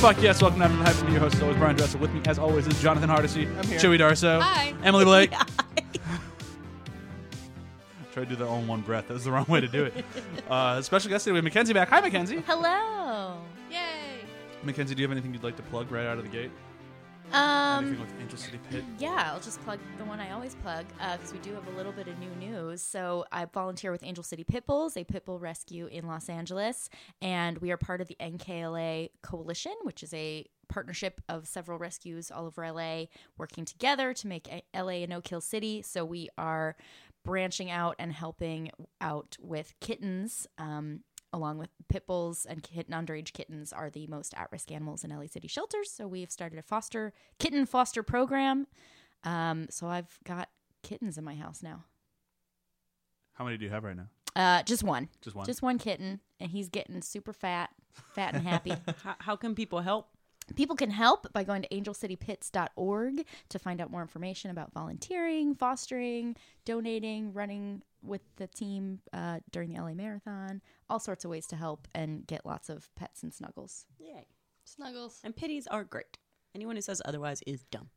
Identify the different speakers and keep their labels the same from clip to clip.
Speaker 1: Fuck yes, welcome to After the Hype. I'm your host, as always, Brian Dressel. With me, as always, is Jonathan Hardesty,
Speaker 2: I'm here.
Speaker 1: Chewy Darso,
Speaker 3: Hi.
Speaker 1: Emily Blake. Try to do that all in one breath. That was the wrong way to do it. uh, special guest today, we have Mackenzie back. Hi, Mackenzie.
Speaker 3: Hello.
Speaker 2: Yay!
Speaker 1: Mackenzie, do you have anything you'd like to plug right out of the gate?
Speaker 3: Um,
Speaker 1: anything with Angel City Pit?
Speaker 3: yeah, I'll just plug the one I always plug because we do have a little bit of new news. So I volunteer with Angel City Pit Bulls, a pit bull rescue in Los Angeles, and we are part of the NKLA Coalition, which is a partnership of several rescues all over LA working together to make a- LA a no kill city. So we are branching out and helping out with kittens. Um, along with pit bulls and kitten underage kittens are the most at-risk animals in LA city shelters. So we've started a foster kitten foster program. Um, so I've got kittens in my house now.
Speaker 1: How many do you have right now?
Speaker 3: Uh, just one,
Speaker 1: Just one.
Speaker 3: just one kitten, and he's getting super fat, fat and happy.
Speaker 2: How, how can people help?
Speaker 3: People can help by going to angelcitypits.org to find out more information about volunteering, fostering, donating, running with the team uh, during the LA Marathon, all sorts of ways to help and get lots of pets and snuggles.
Speaker 2: Yay!
Speaker 4: Snuggles.
Speaker 2: And pitties are great. Anyone who says otherwise is dumb.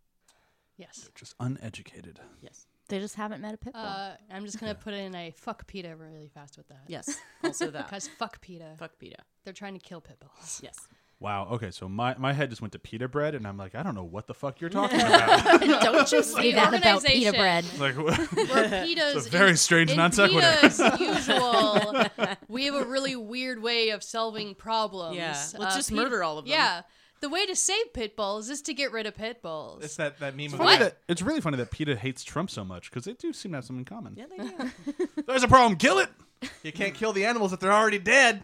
Speaker 4: Yes.
Speaker 1: Just uneducated.
Speaker 2: Yes.
Speaker 3: They just haven't met a pit bull.
Speaker 4: Uh, I'm just gonna put in a fuck PETA really fast with that.
Speaker 2: Yes. Also that.
Speaker 4: Because fuck PETA.
Speaker 2: Fuck PETA.
Speaker 4: They're trying to kill pit bulls.
Speaker 2: Yes.
Speaker 1: Wow. Okay, so my, my head just went to pita bread, and I'm like, I don't know what the fuck you're talking about.
Speaker 3: Don't you say
Speaker 4: The
Speaker 3: that about pita
Speaker 4: organization.
Speaker 3: bread.
Speaker 1: like,
Speaker 4: We're PETA's
Speaker 1: It's a very strange
Speaker 4: in
Speaker 1: non sequitur.
Speaker 4: PETA's usual. We have a really weird way of solving problems. Uh,
Speaker 2: Yeah. Let's just murder all of them.
Speaker 4: Yeah. The way to save pit bulls is to get rid of pit bulls.
Speaker 5: It's that, that meme of
Speaker 1: Funny
Speaker 5: the-
Speaker 1: that- it's really funny that PETA hates Trump so much because they do seem to have something in common.
Speaker 2: Yeah, they do.
Speaker 1: There's a problem. Kill it.
Speaker 5: you can't kill the animals if they're already dead.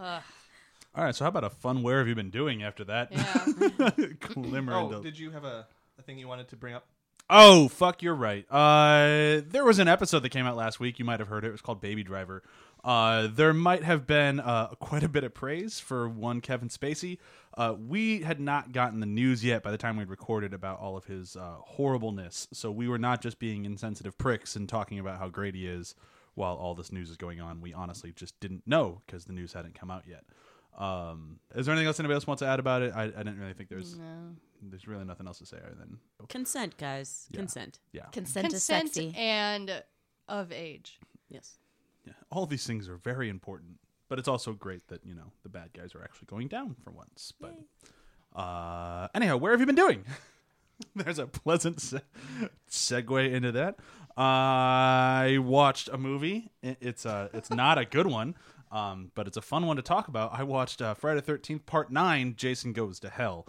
Speaker 1: All right. So how about a fun? Where have you been doing after that?
Speaker 4: yeah.
Speaker 1: Glimmer.
Speaker 5: Oh,
Speaker 1: into-
Speaker 5: did you have a, a thing you wanted to bring up?
Speaker 1: oh, fuck. You're right. Uh, there was an episode that came out last week. You might have heard it. It was called Baby Driver. Uh, there might have been uh, quite a bit of praise for one Kevin Spacey. Uh, we had not gotten the news yet by the time we'd recorded about all of his uh, horribleness. So we were not just being insensitive pricks and talking about how great he is while all this news is going on. We honestly just didn't know because the news hadn't come out yet. Um, is there anything else anybody else wants to add about it? I, I didn't really think there's there's really nothing else to say other than
Speaker 2: Consent, guys. Consent.
Speaker 1: yeah.
Speaker 3: Consent, is
Speaker 4: Consent
Speaker 3: sexy.
Speaker 4: and of age.
Speaker 2: Yes.
Speaker 1: yeah. All these things are very important, but it's also great that you know the bad guys are actually going down for once. But uh, anyhow, where have you been doing? there's a pleasant se- segue into that. I watched a movie. I- It's uh, it's not a good one, um, but it's a fun one to talk about. I watched uh, Friday Thirteenth Part Nine: Jason Goes to Hell.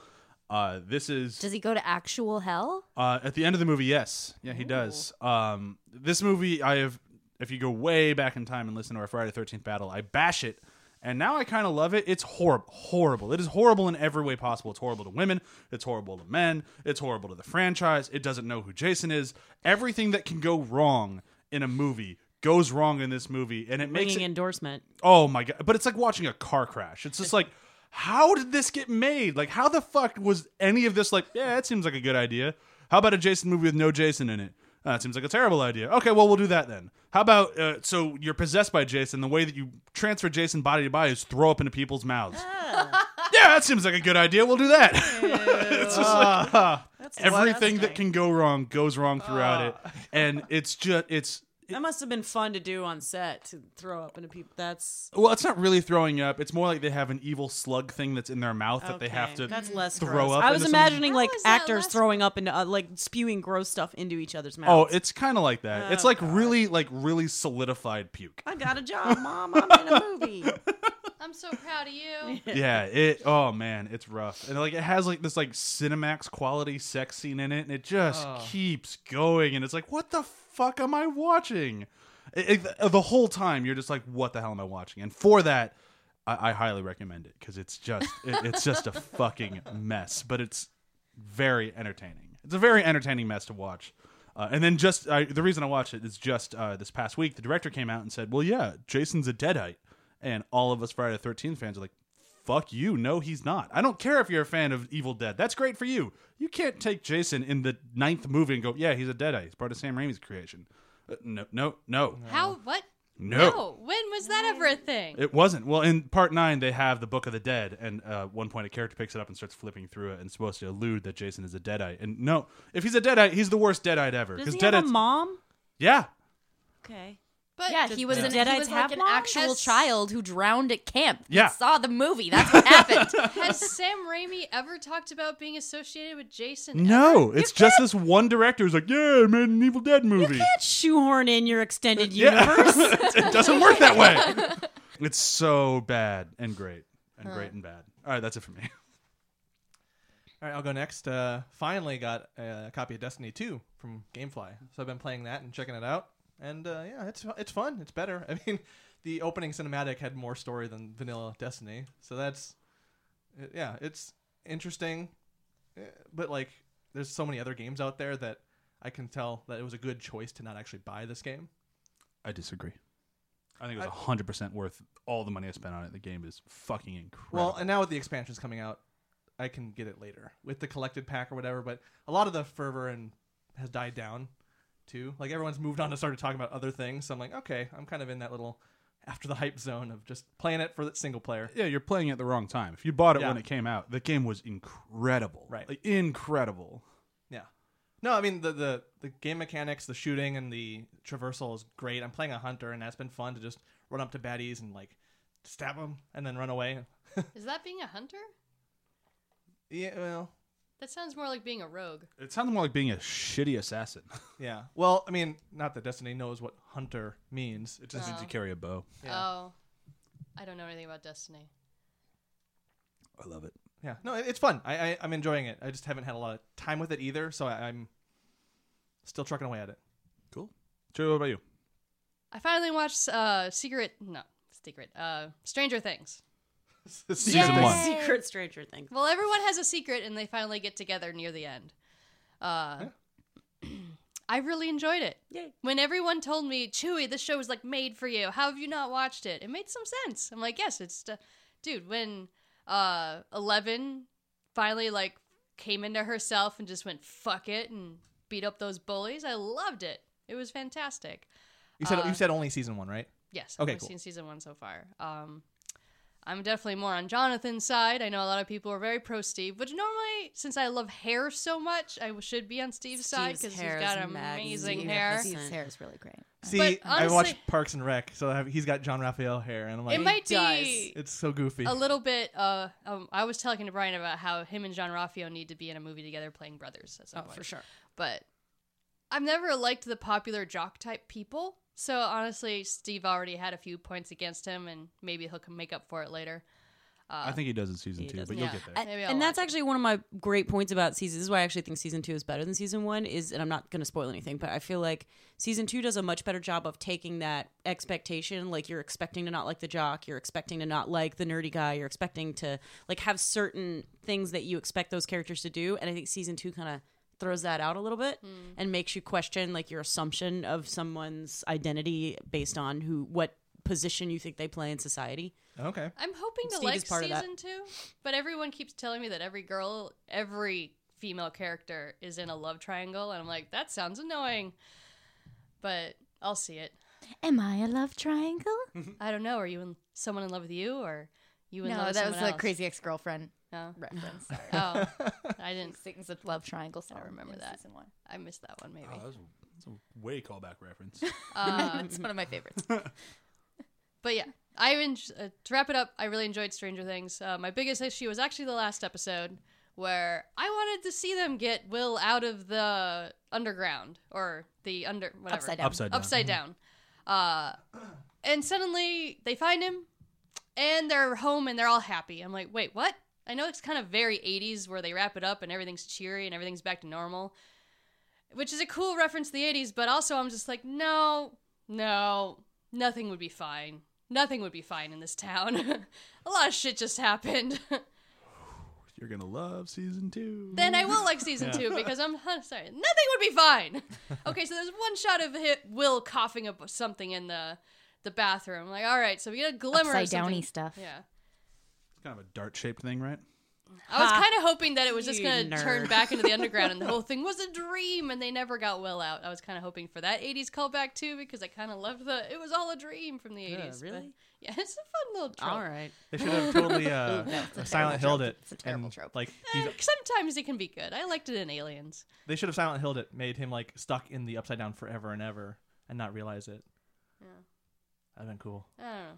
Speaker 1: Uh, this is
Speaker 3: Does he go to actual hell?
Speaker 1: Uh, at the end of the movie, yes, yeah, he does. Um, this movie, I have. If you go way back in time and listen to our Friday Thirteenth battle, I bash it, and now I kind of love it. It's horrible, horrible. It is horrible in every way possible. It's horrible to women. It's horrible to men. It's horrible to the franchise. It doesn't know who Jason is. Everything that can go wrong in a movie goes wrong in this movie, and it makes
Speaker 2: Bringing
Speaker 1: it
Speaker 2: endorsement.
Speaker 1: oh my god but it's like watching a car crash it's just like how did this get made like how the fuck was any of this like yeah that seems like a good idea how about a jason movie with no jason in it uh, that seems like a terrible idea okay well we'll do that then how about uh, so you're possessed by jason the way that you transfer jason body to body is throw up into people's mouths yeah that seems like a good idea we'll do that it's just like everything that can go wrong goes wrong throughout it and it's just it's
Speaker 2: That must have been fun to do on set to throw up into people. That's
Speaker 1: Well, it's not really throwing up. It's more like they have an evil slug thing that's in their mouth that they
Speaker 2: okay.
Speaker 1: have to.
Speaker 2: That's less
Speaker 1: throw
Speaker 2: gross.
Speaker 1: up
Speaker 2: I was
Speaker 1: into somebody-
Speaker 2: imagining
Speaker 4: How
Speaker 2: like
Speaker 4: is that
Speaker 2: actors
Speaker 4: less-
Speaker 2: throwing up into uh, like spewing gross stuff into each other's
Speaker 1: oh,
Speaker 2: mouths.
Speaker 1: it's kind of like that. it's like really, like really solidified puke.
Speaker 2: I got a job, mom. I'm in a movie.
Speaker 4: I'm so proud of you.
Speaker 1: yeah. It. Oh man, it's rough. And like it has like this like Cinemax quality sex scene in it, and it just keeps going. And it's like, what the fuck am I watching? It, it- uh, the whole time you're just like, what the hell am I watching? And for that. I, I highly recommend it because it's just it, it's just a fucking mess, but it's very entertaining. It's a very entertaining mess to watch. Uh, and then just I, the reason I watched it is just uh, this past week, the director came out and said, "Well, yeah, Jason's a deadite," and all of us Friday the Thirteenth fans are like, "Fuck you! No, he's not. I don't care if you're a fan of Evil Dead. That's great for you. You can't take Jason in the ninth movie and go, yeah, he's a deadite. He's part of Sam Raimi's creation. Uh, no, no, no.
Speaker 4: How? What?
Speaker 1: No.
Speaker 4: When was that ever a thing?
Speaker 1: It wasn't. Well, in part nine, they have the Book of the Dead, and uh, at one point a character picks it up and starts flipping through it and supposed to allude that Jason is a deadite. And no, if he's a deadite, he's the worst deadite ever.
Speaker 2: Does he have a
Speaker 1: deadites,
Speaker 2: mom?
Speaker 1: yeah,
Speaker 2: Okay.
Speaker 4: but
Speaker 3: Yeah, he was
Speaker 2: Yeah.
Speaker 3: an,
Speaker 2: Deadites
Speaker 3: he was like
Speaker 2: have
Speaker 3: an
Speaker 2: moms?
Speaker 3: actual
Speaker 4: Has-
Speaker 3: child who drowned at camp. He
Speaker 1: Yeah.
Speaker 3: saw the movie. That's what happened.
Speaker 4: Has Sam Raimi ever talked about being associated with Jason? ever?
Speaker 1: no, it's just this one director who's like, yeah, I made an Evil Dead movie.
Speaker 2: Can't shoehorn in your extended
Speaker 1: Yeah.
Speaker 2: universe.
Speaker 1: it doesn't work that way. It's so bad and great and great and bad. All right, that's it for me.
Speaker 5: All right, I'll go next. Uh, finally got a copy of Destiny 2 from GameFly, so I've been playing that and checking it out, and uh, yeah, it's fu- it's fun. It's better. I mean, the opening cinematic had more story than vanilla Destiny, so that's uh, yeah, it's interesting, Uh, but like, there's so many other games out there that I can tell that it was a good choice to not actually buy this game.
Speaker 1: I disagree. I think it was hundred percent worth all the money I spent on it. The game is fucking incredible.
Speaker 5: Well, and now with the expansions coming out, I can get it later with the collected pack or whatever. But a lot of the fervor and has died down too. Like everyone's moved on to started talking about other things. So I'm like, okay, I'm kind of in that little after the hype zone of just playing it for the single player.
Speaker 1: yeah, you're playing it the wrong time. If you bought it
Speaker 5: Yeah.
Speaker 1: when it came out, the game was incredible.
Speaker 5: Right.
Speaker 1: Like, incredible.
Speaker 5: Yeah. No, I mean the, the the game mechanics, the shooting, and the traversal is great. I'm playing a hunter, and that's been fun to just run up to baddies and like stab them and then run away.
Speaker 4: Is that being a hunter?
Speaker 5: yeah, well,
Speaker 4: That sounds more like being a rogue.
Speaker 1: It sounded more like being a shitty assassin.
Speaker 5: yeah. Well, I mean, not that Destiny knows what hunter means. It
Speaker 1: Just
Speaker 5: just
Speaker 1: means you carry a bow.
Speaker 5: Yeah.
Speaker 4: Oh, I don't know anything about Destiny.
Speaker 1: I love it.
Speaker 5: Yeah, no, it- it's fun. I, I I'm enjoying it. I just haven't had a lot of time with it either, so I, I'm still trucking away at it.
Speaker 1: Cool. True. What about you?
Speaker 4: I finally watched uh, Secret. No, Secret. Uh, Stranger Things.
Speaker 1: Season
Speaker 3: Yay!
Speaker 1: one.
Speaker 2: Secret Stranger Things.
Speaker 4: Well, everyone has a secret, and they finally get together near the end. Uh, I really enjoyed it.
Speaker 2: Yay.
Speaker 4: When everyone told me, Chewy, this show was like made for you. How have you not watched it? It made some sense. I'm like, yes, it's, uh, dude. When uh, Eleven finally like came into herself and just went fuck it and beat up those bullies, I loved it. It was fantastic.
Speaker 5: You said
Speaker 4: Uh,
Speaker 5: you said only season one, right?
Speaker 4: Yes, I've
Speaker 5: Okay,
Speaker 4: only
Speaker 5: cool.
Speaker 4: seen season one so far. Um, I'm definitely more on Jonathan's side. I know a lot of people are very pro Steve, but normally, since I love hair so much, I should be on Steve's, side
Speaker 2: Steve's
Speaker 4: because he's
Speaker 2: hair is
Speaker 4: got amazing hair.
Speaker 2: magnificent.
Speaker 3: Steve's hair is really great.
Speaker 5: See,
Speaker 4: But
Speaker 5: I watched
Speaker 4: honestly-
Speaker 5: Parks and Rec, so I have, he's got John Raphael hair, and I'm like,
Speaker 4: It might
Speaker 2: does.
Speaker 4: be
Speaker 5: it's so goofy.
Speaker 4: a little bit. Uh, um, I was talking to Brian about how him and John Raffio need to be in a movie together playing brothers at some
Speaker 2: Oh,
Speaker 4: point.
Speaker 2: for sure.
Speaker 4: But I've never liked the popular jock type people. So honestly, Steve already had a few points against him, and maybe he'll can make up for it later.
Speaker 1: I think he does in season
Speaker 2: He
Speaker 1: two,
Speaker 2: does.
Speaker 1: but
Speaker 4: Yeah.
Speaker 1: you'll get there.
Speaker 2: And,
Speaker 4: Maybe I'll
Speaker 2: and that's
Speaker 4: watch
Speaker 2: actually one of my great points about season. This is why I actually think season two is better than season one. Is and I'm not going to spoil anything, but I feel like season two does a much better job of taking that expectation. Like you're expecting to not like the jock, you're expecting to not like the nerdy guy, you're expecting to like have certain things that you expect those characters to do. And I think season two kind of throws that out a little bit and makes you question like your assumption of someone's identity based on who what position you think they play in society.
Speaker 5: okay,
Speaker 4: I'm hoping to
Speaker 2: Steve
Speaker 4: like
Speaker 2: is part of that.
Speaker 4: season two, but everyone keeps telling me that every girl, every female character is in a love triangle, and I'm like, that sounds annoying. But I'll see it.
Speaker 3: Am I a love triangle?
Speaker 4: I don't know. Are you in someone in love with you, or you in love
Speaker 3: No,
Speaker 4: with
Speaker 3: that was
Speaker 4: someone
Speaker 3: a
Speaker 4: else?
Speaker 3: Crazy Ex-Girlfriend
Speaker 4: No.
Speaker 3: reference. Sorry.
Speaker 4: Oh, I didn't.
Speaker 3: Satan's a love triangle song. I
Speaker 4: remember that.
Speaker 3: Season one.
Speaker 4: I missed that one. Maybe.
Speaker 1: that's Oh, a, way callback reference.
Speaker 4: Um,
Speaker 3: Uh, it's one of my favorites.
Speaker 4: but yeah, I enj- uh, to wrap it up. I really enjoyed Stranger Things. Uh, my biggest issue was actually the last episode where I wanted to see them get Will out of the underground or the under whatever
Speaker 3: Upside down.
Speaker 1: Upside down.
Speaker 4: upside down. Uh, and suddenly they find him, and they're home and they're all happy. I'm like, wait, what? I know it's kind of very 80s where they wrap it up and everything's cheery and everything's back to normal, which is a cool reference to the 80s. But also, I'm just like, no, no, nothing would be fine. Nothing would be fine in this town. a lot of shit just happened.
Speaker 1: You're gonna love season two.
Speaker 4: then I will like season two because I'm huh, sorry. Nothing would be fine. Okay, so there's one shot of hit Will coughing up something in the the bathroom. Like, all right, so we get a glimmer
Speaker 3: Upside
Speaker 4: of something.
Speaker 3: downy stuff.
Speaker 4: Yeah,
Speaker 1: It's kind of a dart shaped thing, right?
Speaker 4: I was kind of hoping that it was just
Speaker 2: You
Speaker 4: going to
Speaker 2: nerd.
Speaker 4: turn back into the underground and the whole thing was a dream and they never got Will out. I was kind of hoping for that 80s callback too because I kind of loved the it was all a dream from the 80s. but-
Speaker 2: really?
Speaker 4: yeah, it's a fun little trope.
Speaker 2: All right.
Speaker 5: They should have totally uh,
Speaker 3: no, it's a
Speaker 5: Silent
Speaker 3: terrible
Speaker 5: Hilled
Speaker 3: trope.
Speaker 5: it.
Speaker 3: It's a terrible
Speaker 5: and,
Speaker 3: trope.
Speaker 5: Like
Speaker 4: Eh,
Speaker 5: he's,
Speaker 4: Sometimes it can be good. I liked it in Aliens.
Speaker 5: they should have Silent Hilled it, made him like stuck in the upside down forever and ever, and not realize it.
Speaker 4: Yeah.
Speaker 5: That'd been cool.
Speaker 4: I don't know.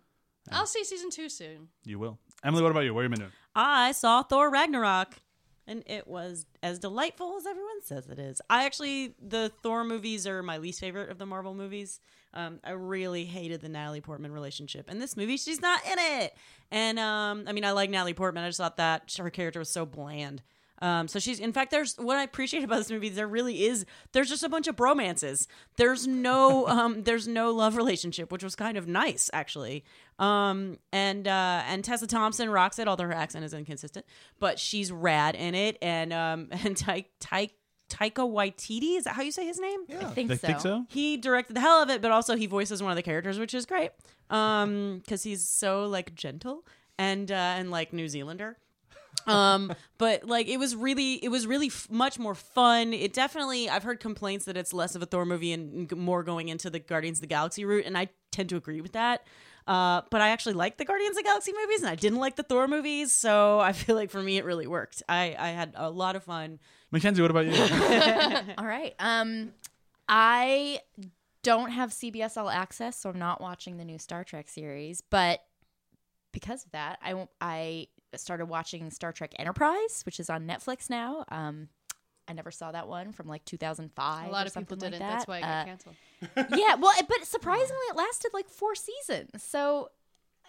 Speaker 4: I'll see season two soon.
Speaker 1: You will. Emily, what about you? What are you been doing?
Speaker 2: I saw Thor Ragnarok, and it was as delightful as everyone says it is. I actually, the Thor movies are my least favorite of the Marvel movies. Um, I really hated the Natalie Portman relationship, and this movie, she's not in it. And um, I mean, I like Natalie Portman. I just thought that her character was so bland. Um, so she's in fact there's what I appreciate about this movie is there really is there's just a bunch of bromances. There's no um there's no love relationship, which was kind of nice actually. Um and uh and Tessa Thompson rocks it, although her accent is inconsistent, but she's rad in it and um and Ty Ty Taika Waititi, is that how you say his name?
Speaker 3: I think
Speaker 1: They
Speaker 3: so.
Speaker 1: think so?
Speaker 2: he directed the hell of it, but also he voices one of the characters, which is great. Um, because he's so like gentle and uh, and like New Zealander. um but like it was really it was really f- much more fun it definitely i've heard complaints that it's less of a thor movie and g- more going into the guardians of the galaxy route and i tend to agree with that uh but i actually like the guardians of the galaxy movies and i didn't like the thor movies so i feel like for me it really worked i i had a lot of fun
Speaker 1: Mackenzie, what about you?
Speaker 3: All right. Um, I don't have CBS All Access, so I'm not watching the new Star Trek series. But because of that, I I started watching Star Trek Enterprise, which is on Netflix now. Um, I never saw that one from like 2005.
Speaker 4: A lot
Speaker 3: or
Speaker 4: of people
Speaker 3: something like
Speaker 4: didn't.
Speaker 3: that.
Speaker 4: That's why it
Speaker 3: Uh,
Speaker 4: got canceled.
Speaker 3: yeah, well, it- but surprisingly, it lasted like four seasons. So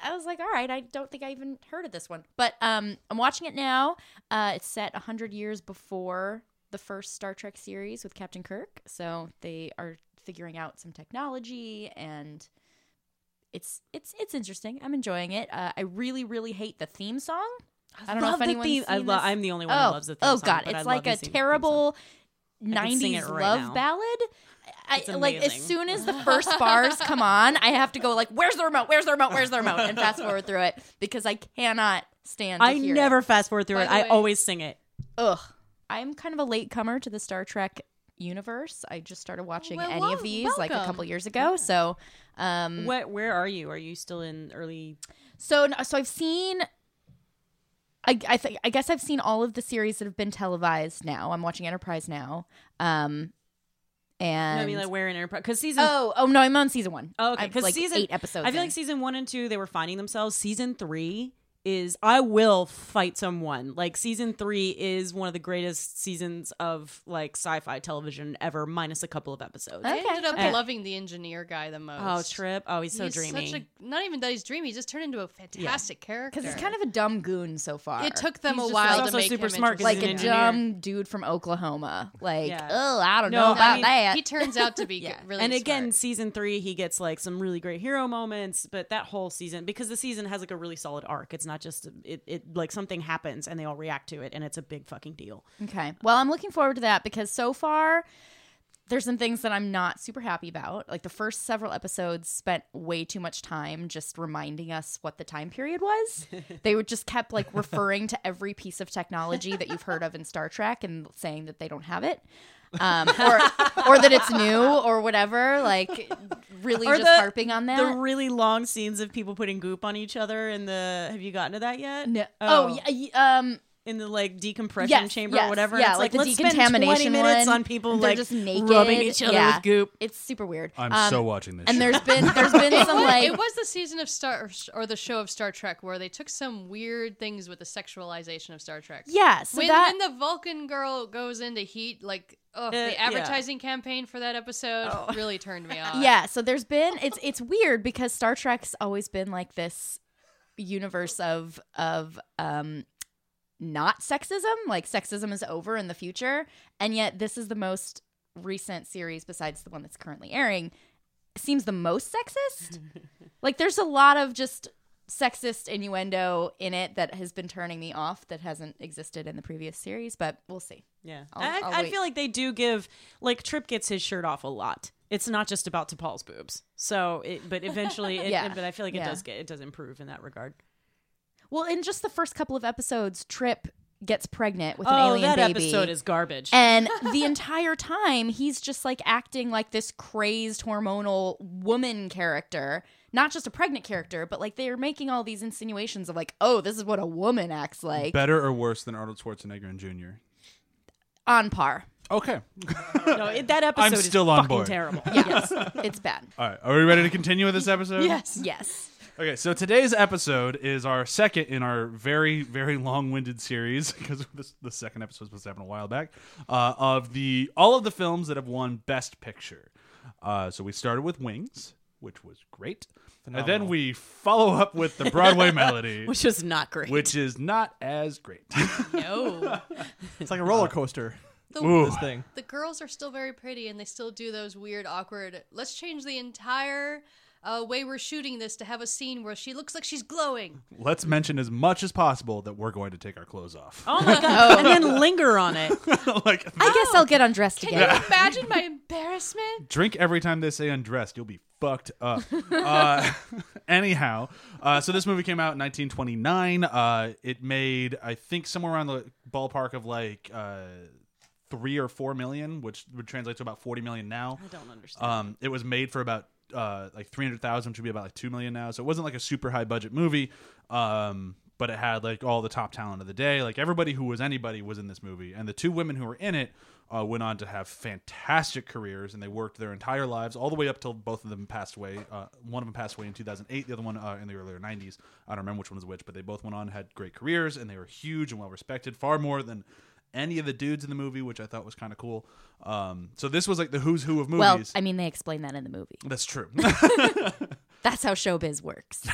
Speaker 3: I was like, all right, I don't think I even heard of this one, but um, I'm watching it now. Uh, it's set hundred years before the first Star Trek series with Captain Kirk, so they are figuring out some technology and. It's it's it's interesting. I'm enjoying it. Uh, I really really hate the theme song. I don't know
Speaker 2: Love
Speaker 3: if
Speaker 2: the
Speaker 3: anyone's
Speaker 2: theme- I
Speaker 3: seen
Speaker 2: lo-
Speaker 3: this.
Speaker 2: i'm the only one
Speaker 3: oh,
Speaker 2: who loves the theme
Speaker 3: oh
Speaker 2: song,
Speaker 3: god,
Speaker 2: but I
Speaker 3: it's
Speaker 2: love
Speaker 3: like
Speaker 2: the
Speaker 3: a
Speaker 2: theme- theme song.
Speaker 3: terrible
Speaker 2: I could sing it
Speaker 3: '90s
Speaker 2: right
Speaker 3: love
Speaker 2: now.
Speaker 3: ballad. I,
Speaker 2: It's
Speaker 3: like as
Speaker 2: amazing.
Speaker 3: soon as the first bars come on, I have to go like, "Where's the remote? Where's the remote? Where's the remote?" and fast forward through it because I cannot stand. To
Speaker 2: I
Speaker 3: hear
Speaker 2: never
Speaker 3: It.
Speaker 2: fast forward through
Speaker 4: By
Speaker 2: it.
Speaker 4: the
Speaker 2: I
Speaker 4: way-
Speaker 2: always sing it.
Speaker 3: Ugh, I'm kind of a late comer to the Star Trek universe. I just started watching
Speaker 2: Oh,
Speaker 4: Well,
Speaker 3: any of
Speaker 4: wel-
Speaker 3: these like a
Speaker 4: welcome.
Speaker 3: couple years ago. So, um,
Speaker 2: What? Where are you? Are you still in early?
Speaker 3: So so I've seen. I I, th- I guess I've seen all of the series that have been televised now. I'm watching Enterprise now. Um, and
Speaker 2: I mean, like where in Enterprise? Because season.
Speaker 3: oh oh no, I'm on season one.
Speaker 2: Oh, okay.
Speaker 3: I'm,
Speaker 2: Because
Speaker 3: like
Speaker 2: season
Speaker 3: eight episodes.
Speaker 2: I feel
Speaker 3: in.
Speaker 2: like season one and two they were finding themselves. Season three is I will fight someone. Like season three is one of the greatest seasons of like sci-fi television ever, minus a couple of episodes.
Speaker 4: I
Speaker 3: Okay,
Speaker 4: ended up
Speaker 3: okay.
Speaker 4: loving the engineer guy the most.
Speaker 2: Oh, Trip! Oh, he's so
Speaker 4: He's
Speaker 2: dreamy.
Speaker 4: Such a, not even that he's dreamy. He just turned into a fantastic character.
Speaker 3: because he's kind of a dumb goon so far.
Speaker 4: It took them
Speaker 2: He's
Speaker 4: a
Speaker 2: just
Speaker 4: while
Speaker 2: also
Speaker 4: to make
Speaker 2: super
Speaker 4: him
Speaker 2: smart 'cause
Speaker 3: like
Speaker 4: interesting.
Speaker 3: a
Speaker 2: he's an
Speaker 4: Yeah.
Speaker 3: dumb dude from Oklahoma. Like
Speaker 2: Yeah.
Speaker 3: oh I don't
Speaker 2: No,
Speaker 3: know
Speaker 2: I
Speaker 3: about
Speaker 2: mean,
Speaker 3: that.
Speaker 4: He turns out to be
Speaker 3: Yeah.
Speaker 4: good, really
Speaker 2: and again,
Speaker 4: smart.
Speaker 2: season three, he gets like some really great hero moments, but that whole season, because the season has like a really solid arc, it's not just, it, it like something happens and they all react to it and it's a big fucking deal.
Speaker 3: Okay. Well, I'm looking forward to that because so far there's some things that I'm not super happy about. Like the first several episodes spent way too much time just reminding us what the time period was. they would just kept like referring to every piece of technology that you've heard of in Star Trek and saying that they don't have it. Um, or or that it's new or whatever, like really
Speaker 2: Or
Speaker 3: just
Speaker 2: the-
Speaker 3: harping on that.
Speaker 2: The really long scenes of people putting goop on each other and the, have you gotten to that yet?
Speaker 3: no. Oh, yeah, y- um,
Speaker 2: In the like decompression
Speaker 3: Yes,
Speaker 2: chamber
Speaker 3: yes,
Speaker 2: or whatever.
Speaker 3: yeah,
Speaker 2: it's
Speaker 3: like
Speaker 2: like,
Speaker 3: the
Speaker 2: let's spend 20
Speaker 3: decontamination
Speaker 2: minutes
Speaker 3: one.
Speaker 2: on people
Speaker 3: They're
Speaker 2: like
Speaker 3: just naked.
Speaker 2: rubbing each other
Speaker 3: Yeah.
Speaker 2: with goop.
Speaker 3: it's super weird.
Speaker 1: I'm
Speaker 3: Um,
Speaker 1: so watching this.
Speaker 3: And
Speaker 1: shit.
Speaker 3: there's been there's been some like
Speaker 4: it was the season of Star or the show of Star Trek where they took some weird things with the sexualization of Star Trek.
Speaker 3: Yeah, so
Speaker 4: when,
Speaker 3: that
Speaker 4: when the Vulcan girl goes into heat, like oh, the
Speaker 2: Uh, yeah. Oh.
Speaker 4: advertising campaign for that episode really turned me
Speaker 2: Uh,
Speaker 4: on.
Speaker 3: yeah, so there's been it's it's weird because Star Trek's always been like this universe of of um not sexism, like sexism is over in the future, and yet this is the most recent series besides the one that's currently airing seems the most sexist. like there's a lot of just sexist innuendo in it that has been turning me off that hasn't existed in the previous series, but we'll see.
Speaker 2: Yeah,
Speaker 3: I'll-
Speaker 2: i
Speaker 3: I'll
Speaker 2: I,
Speaker 3: wait.
Speaker 2: feel like they do give like Trip gets his shirt off a lot. It's not just about to Paul's boobs. So, it, but eventually, it,
Speaker 3: Yeah.
Speaker 2: but I feel like
Speaker 3: Yeah.
Speaker 2: it does get it does improve in that regard.
Speaker 3: Well, in just the first couple of episodes, Trip gets pregnant with an
Speaker 2: oh,
Speaker 3: alien
Speaker 2: that
Speaker 3: baby.
Speaker 2: episode is garbage.
Speaker 3: and the entire time, he's just like acting like this crazed hormonal woman character, not just a pregnant character, but like they're making all these insinuations of like, oh, this is what a woman acts like
Speaker 1: Better or worse than Arnold Schwarzenegger and Jr.
Speaker 3: on par.
Speaker 1: Okay.
Speaker 2: no, it, that episode
Speaker 1: I'm
Speaker 2: is
Speaker 1: still on
Speaker 2: fucking
Speaker 1: board.
Speaker 2: terrible.
Speaker 3: Yes, it's bad.
Speaker 1: All right. Are we ready to continue with this episode?
Speaker 2: yes.
Speaker 3: Yes.
Speaker 1: Okay, so today's episode is our second in our very, very long-winded series because this, the second episode was supposed to happen a while back uh, of the all of the films that have won Best Picture. Uh, so we started with Wings, which was great, and then
Speaker 5: Phenomenal.
Speaker 1: we follow up with the Broadway Melody,
Speaker 2: Which is not great.
Speaker 1: which is not as great.
Speaker 2: no.
Speaker 5: It's like a roller coaster.
Speaker 4: The,
Speaker 1: Ooh.
Speaker 5: This thing.
Speaker 4: the girls are still very pretty and they still do those weird, awkward. Let's change the entire uh, way we're shooting this to have a scene where she looks like she's glowing.
Speaker 1: Let's mention as much as possible that we're going to take our clothes off.
Speaker 2: Oh my god. And then linger on it.
Speaker 1: like,
Speaker 3: I guess I'll get undressed
Speaker 4: Can
Speaker 3: again.
Speaker 4: you imagine my embarrassment?
Speaker 1: drink every time they say undressed. You'll be fucked up. uh, anyhow, uh, so this movie came out in 1929. Uh, it made, I think, somewhere around the ballpark of like uh, three or four million, which would translate to about 40 million now.
Speaker 2: I don't understand.
Speaker 1: Um, it was made for about uh, like 300,000, which would be about like 2 million now. So it wasn't like a super high budget movie. Um, but it had like all the top talent of the day. Like everybody who was anybody was in this movie. And the two women who were in it uh, went on to have fantastic careers and they worked their entire lives all the way up till both of them passed away. Uh, one of them passed away in 2008, the other one uh, in the earlier 90s. I don't remember which one was which, but they both went on, had great careers, and they were huge and well respected, far more than any of the dudes in the movie, which I thought was kind of cool. Um, so this was like the who's who of movies.
Speaker 3: well, I mean, they explain that in the movie.
Speaker 1: That's true.
Speaker 3: That's how showbiz works.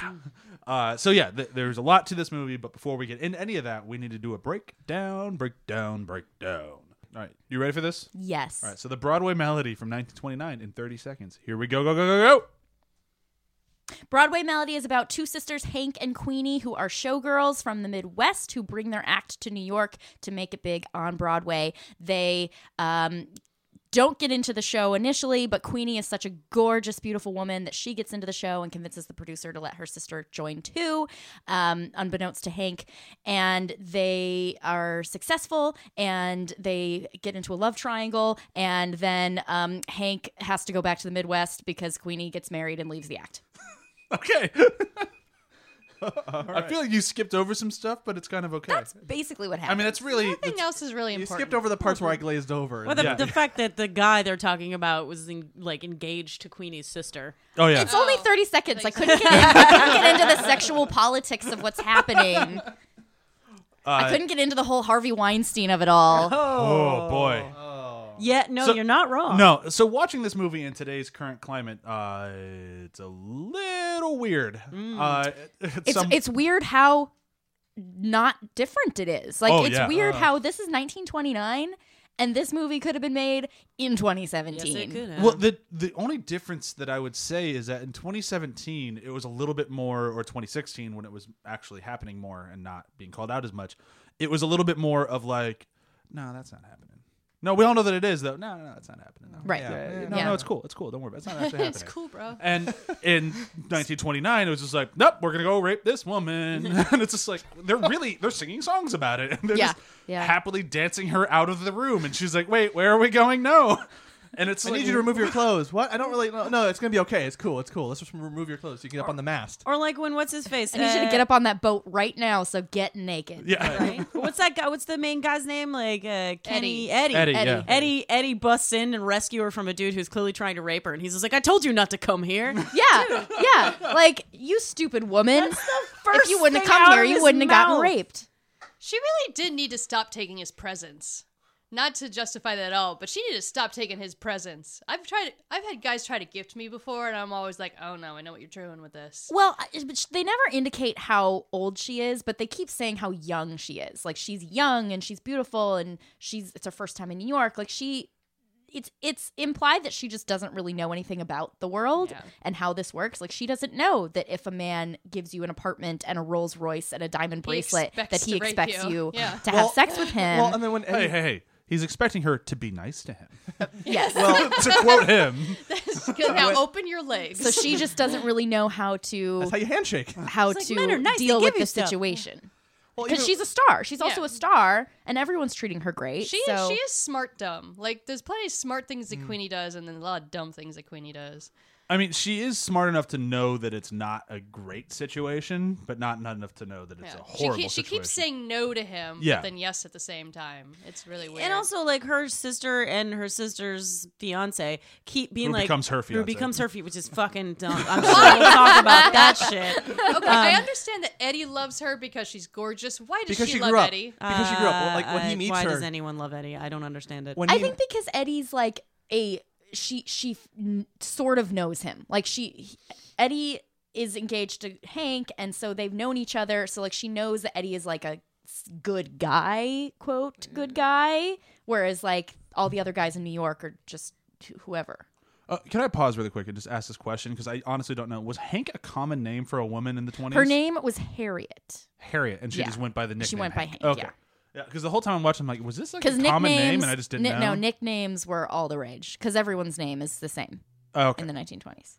Speaker 1: uh, so yeah, th- there's a lot to this movie, but before we get into any of that, we need to do a breakdown, breakdown, breakdown. All right, you ready for this?
Speaker 3: Yes.
Speaker 1: All right, so the Broadway Melody from 1929 in 30 seconds. Here we go, go, go, go, go.
Speaker 3: Broadway Melody is about two sisters, Hank and Queenie, who are showgirls from the Midwest who bring their act to New York to make it big on Broadway. They um, don't get into the show initially, but Queenie is such a gorgeous, beautiful woman that she gets into the show and convinces the producer to let her sister join too, um, unbeknownst to Hank. And they are successful and they get into a love triangle. And then um, Hank has to go back to the Midwest because Queenie gets married and leaves the act.
Speaker 1: Okay. I feel like you skipped over some stuff, but it's kind of okay.
Speaker 3: That's basically what
Speaker 1: I
Speaker 3: happened.
Speaker 1: mean, that's really.
Speaker 4: Nothing else is really
Speaker 5: You
Speaker 4: important.
Speaker 5: skipped over the parts where I glazed over.
Speaker 2: well, the,
Speaker 1: yeah.
Speaker 2: the fact that the guy they're talking about was en- like engaged to Queenie's sister.
Speaker 1: oh yeah.
Speaker 3: it's only 30 seconds. I couldn't get, I couldn't get into the sexual politics of what's happening.
Speaker 1: Uh,
Speaker 3: I couldn't get into the whole Harvey Weinstein of it all.
Speaker 1: oh boy.
Speaker 2: Yeah, no,
Speaker 1: So-
Speaker 2: you're not wrong.
Speaker 1: No, so watching this movie in today's current climate, uh, it's a little weird. Uh,
Speaker 3: It's
Speaker 1: some-
Speaker 3: it's weird how not different it is. Like
Speaker 1: Oh,
Speaker 3: it's
Speaker 1: yeah.
Speaker 3: weird how this is 1929 and this movie could have been made in 2017.
Speaker 2: Yes, it could have.
Speaker 1: Well, the the only difference that I would say is that in 2017 it was a little bit more, or 2016 when it was actually happening more and not being called out as much, it was a little bit more of like, no, that's not happening. No, we all know that it is though. No, no, no it's not happening. No.
Speaker 3: Right.
Speaker 5: Yeah.
Speaker 1: No,
Speaker 3: Yeah.
Speaker 1: no, it's cool. It's cool. Don't worry about it. It's not actually happening.
Speaker 4: It's cool, bro.
Speaker 1: And in 1929, it was just like, nope, we're gonna go rape this woman, and it's just like they're really they're singing songs about it, and they're
Speaker 3: Yeah.
Speaker 1: just
Speaker 3: Yeah.
Speaker 1: happily dancing her out of the room, and she's like, wait, where are we going? No, and it's
Speaker 5: I
Speaker 1: like,
Speaker 5: need you to remove your clothes. What? I don't really. No, no, it's gonna be okay. It's cool. It's cool. Let's just remove your clothes. so You can get up on the mast.
Speaker 2: or like when what's his face?
Speaker 3: I need you to
Speaker 2: Uh,
Speaker 3: get up on that boat right now, so get naked.
Speaker 1: yeah,
Speaker 2: Right? what's that guy? What's the main guy's name? Like uh,
Speaker 4: Eddie.
Speaker 2: Kenny Eddie.
Speaker 1: Eddie,
Speaker 3: Eddie.
Speaker 1: yeah.
Speaker 2: Eddie Eddie busts in and rescue her from a dude who's clearly trying to rape her, and he's just like, "I told you not to come here."
Speaker 3: Yeah, yeah. Like you, stupid woman. if
Speaker 2: first
Speaker 3: you wouldn't have
Speaker 2: thing
Speaker 3: come
Speaker 2: out
Speaker 3: here,
Speaker 2: of
Speaker 3: you
Speaker 2: his
Speaker 3: wouldn't have gotten
Speaker 2: mouth.
Speaker 3: raped.
Speaker 4: She really did need to stop taking his presents. Not to justify that at all, but she needed to stop taking his presents. I've tried. I've had guys try to gift me before, and I'm always like, "Oh no, I know what you're doing with this."
Speaker 3: Well, I- but sh- they never indicate how old she is, but they keep saying how young she is. Like she's young and she's beautiful and she's it's her first time in New York. Like she it's it's implied that she just doesn't really know anything about the world
Speaker 4: Yeah.
Speaker 3: and how this works. Like she doesn't know that if a man gives you an apartment and a Rolls Royce and a diamond bracelet
Speaker 4: expects
Speaker 3: that he
Speaker 4: to rape
Speaker 3: expects you,
Speaker 4: you. Yeah.
Speaker 3: to
Speaker 5: Well-
Speaker 3: have sex with him.
Speaker 5: Well, and then when Eddie,
Speaker 1: hey, hey, hey, he's expecting her to be nice to him.
Speaker 3: yes.
Speaker 1: Well, to quote him,
Speaker 4: now open your legs.
Speaker 3: so she just doesn't really know how to
Speaker 5: that's how you handshake.
Speaker 3: how
Speaker 2: It's like,
Speaker 3: to
Speaker 2: men are nice, they
Speaker 3: deal
Speaker 2: give
Speaker 3: with
Speaker 2: you
Speaker 3: the
Speaker 2: stuff.
Speaker 3: situation.
Speaker 5: Well,
Speaker 3: because
Speaker 5: even-
Speaker 3: she's a star. She's also
Speaker 4: Oh, Yeah.
Speaker 3: a star, and everyone's treating her great.
Speaker 4: She
Speaker 3: so.
Speaker 4: she is smart dumb. Like there's plenty of smart things
Speaker 5: Hmm.
Speaker 4: that Queenie does, and then a lot of dumb things that Queenie does.
Speaker 1: I mean, she is smart enough to know that it's not a great situation, but not not enough to know that it's
Speaker 4: Yeah.
Speaker 1: a
Speaker 4: She,
Speaker 1: horrible
Speaker 4: keep, she
Speaker 1: situation.
Speaker 4: keeps saying no to him,
Speaker 1: Yeah.
Speaker 4: but then yes at the same time. It's really weird.
Speaker 2: And also, like her sister and her sister's fiance keep being
Speaker 1: Who
Speaker 2: like
Speaker 1: becomes her
Speaker 2: who
Speaker 1: fiance.
Speaker 2: becomes her fiance, which is fucking dumb. I'm sure we'll talk about that shit.
Speaker 4: okay,
Speaker 3: um,
Speaker 4: I understand that Eddie loves her because she's gorgeous. Why does
Speaker 5: because
Speaker 4: she,
Speaker 5: she
Speaker 4: love
Speaker 5: grew up.
Speaker 4: Eddie?
Speaker 5: Because she grew up.
Speaker 2: Uh,
Speaker 5: Like when
Speaker 2: I-
Speaker 5: he meets
Speaker 2: why
Speaker 5: her,
Speaker 2: does anyone love Eddie? I don't understand it.
Speaker 5: when
Speaker 3: I
Speaker 5: he-
Speaker 3: think because Eddie's like a she she f- n- sort of knows him. Like she he- Eddie is engaged to Hank and so they've known each other so like she knows that Eddie is like a s- good guy, quote,
Speaker 4: Mm.
Speaker 3: good guy, whereas like all the other guys in New York are just wh- whoever.
Speaker 1: Uh, can I pause really quick and just ask this question because I honestly don't know. Was Hank a common name for a woman in the twenties?
Speaker 3: Her name was Harriet.
Speaker 1: Harriet, and she
Speaker 3: Yeah.
Speaker 1: just went by the nickname.
Speaker 3: She went by Hank,
Speaker 1: Okay.
Speaker 3: yeah.
Speaker 1: because the whole time I'm watching, I'm like, was this like a
Speaker 3: Because
Speaker 1: common
Speaker 3: nicknames,
Speaker 1: name, and I just didn't
Speaker 3: ni-
Speaker 1: know.
Speaker 3: No, nicknames were all the rage because everyone's name is the same
Speaker 1: Oh, okay,
Speaker 3: in the 1920s.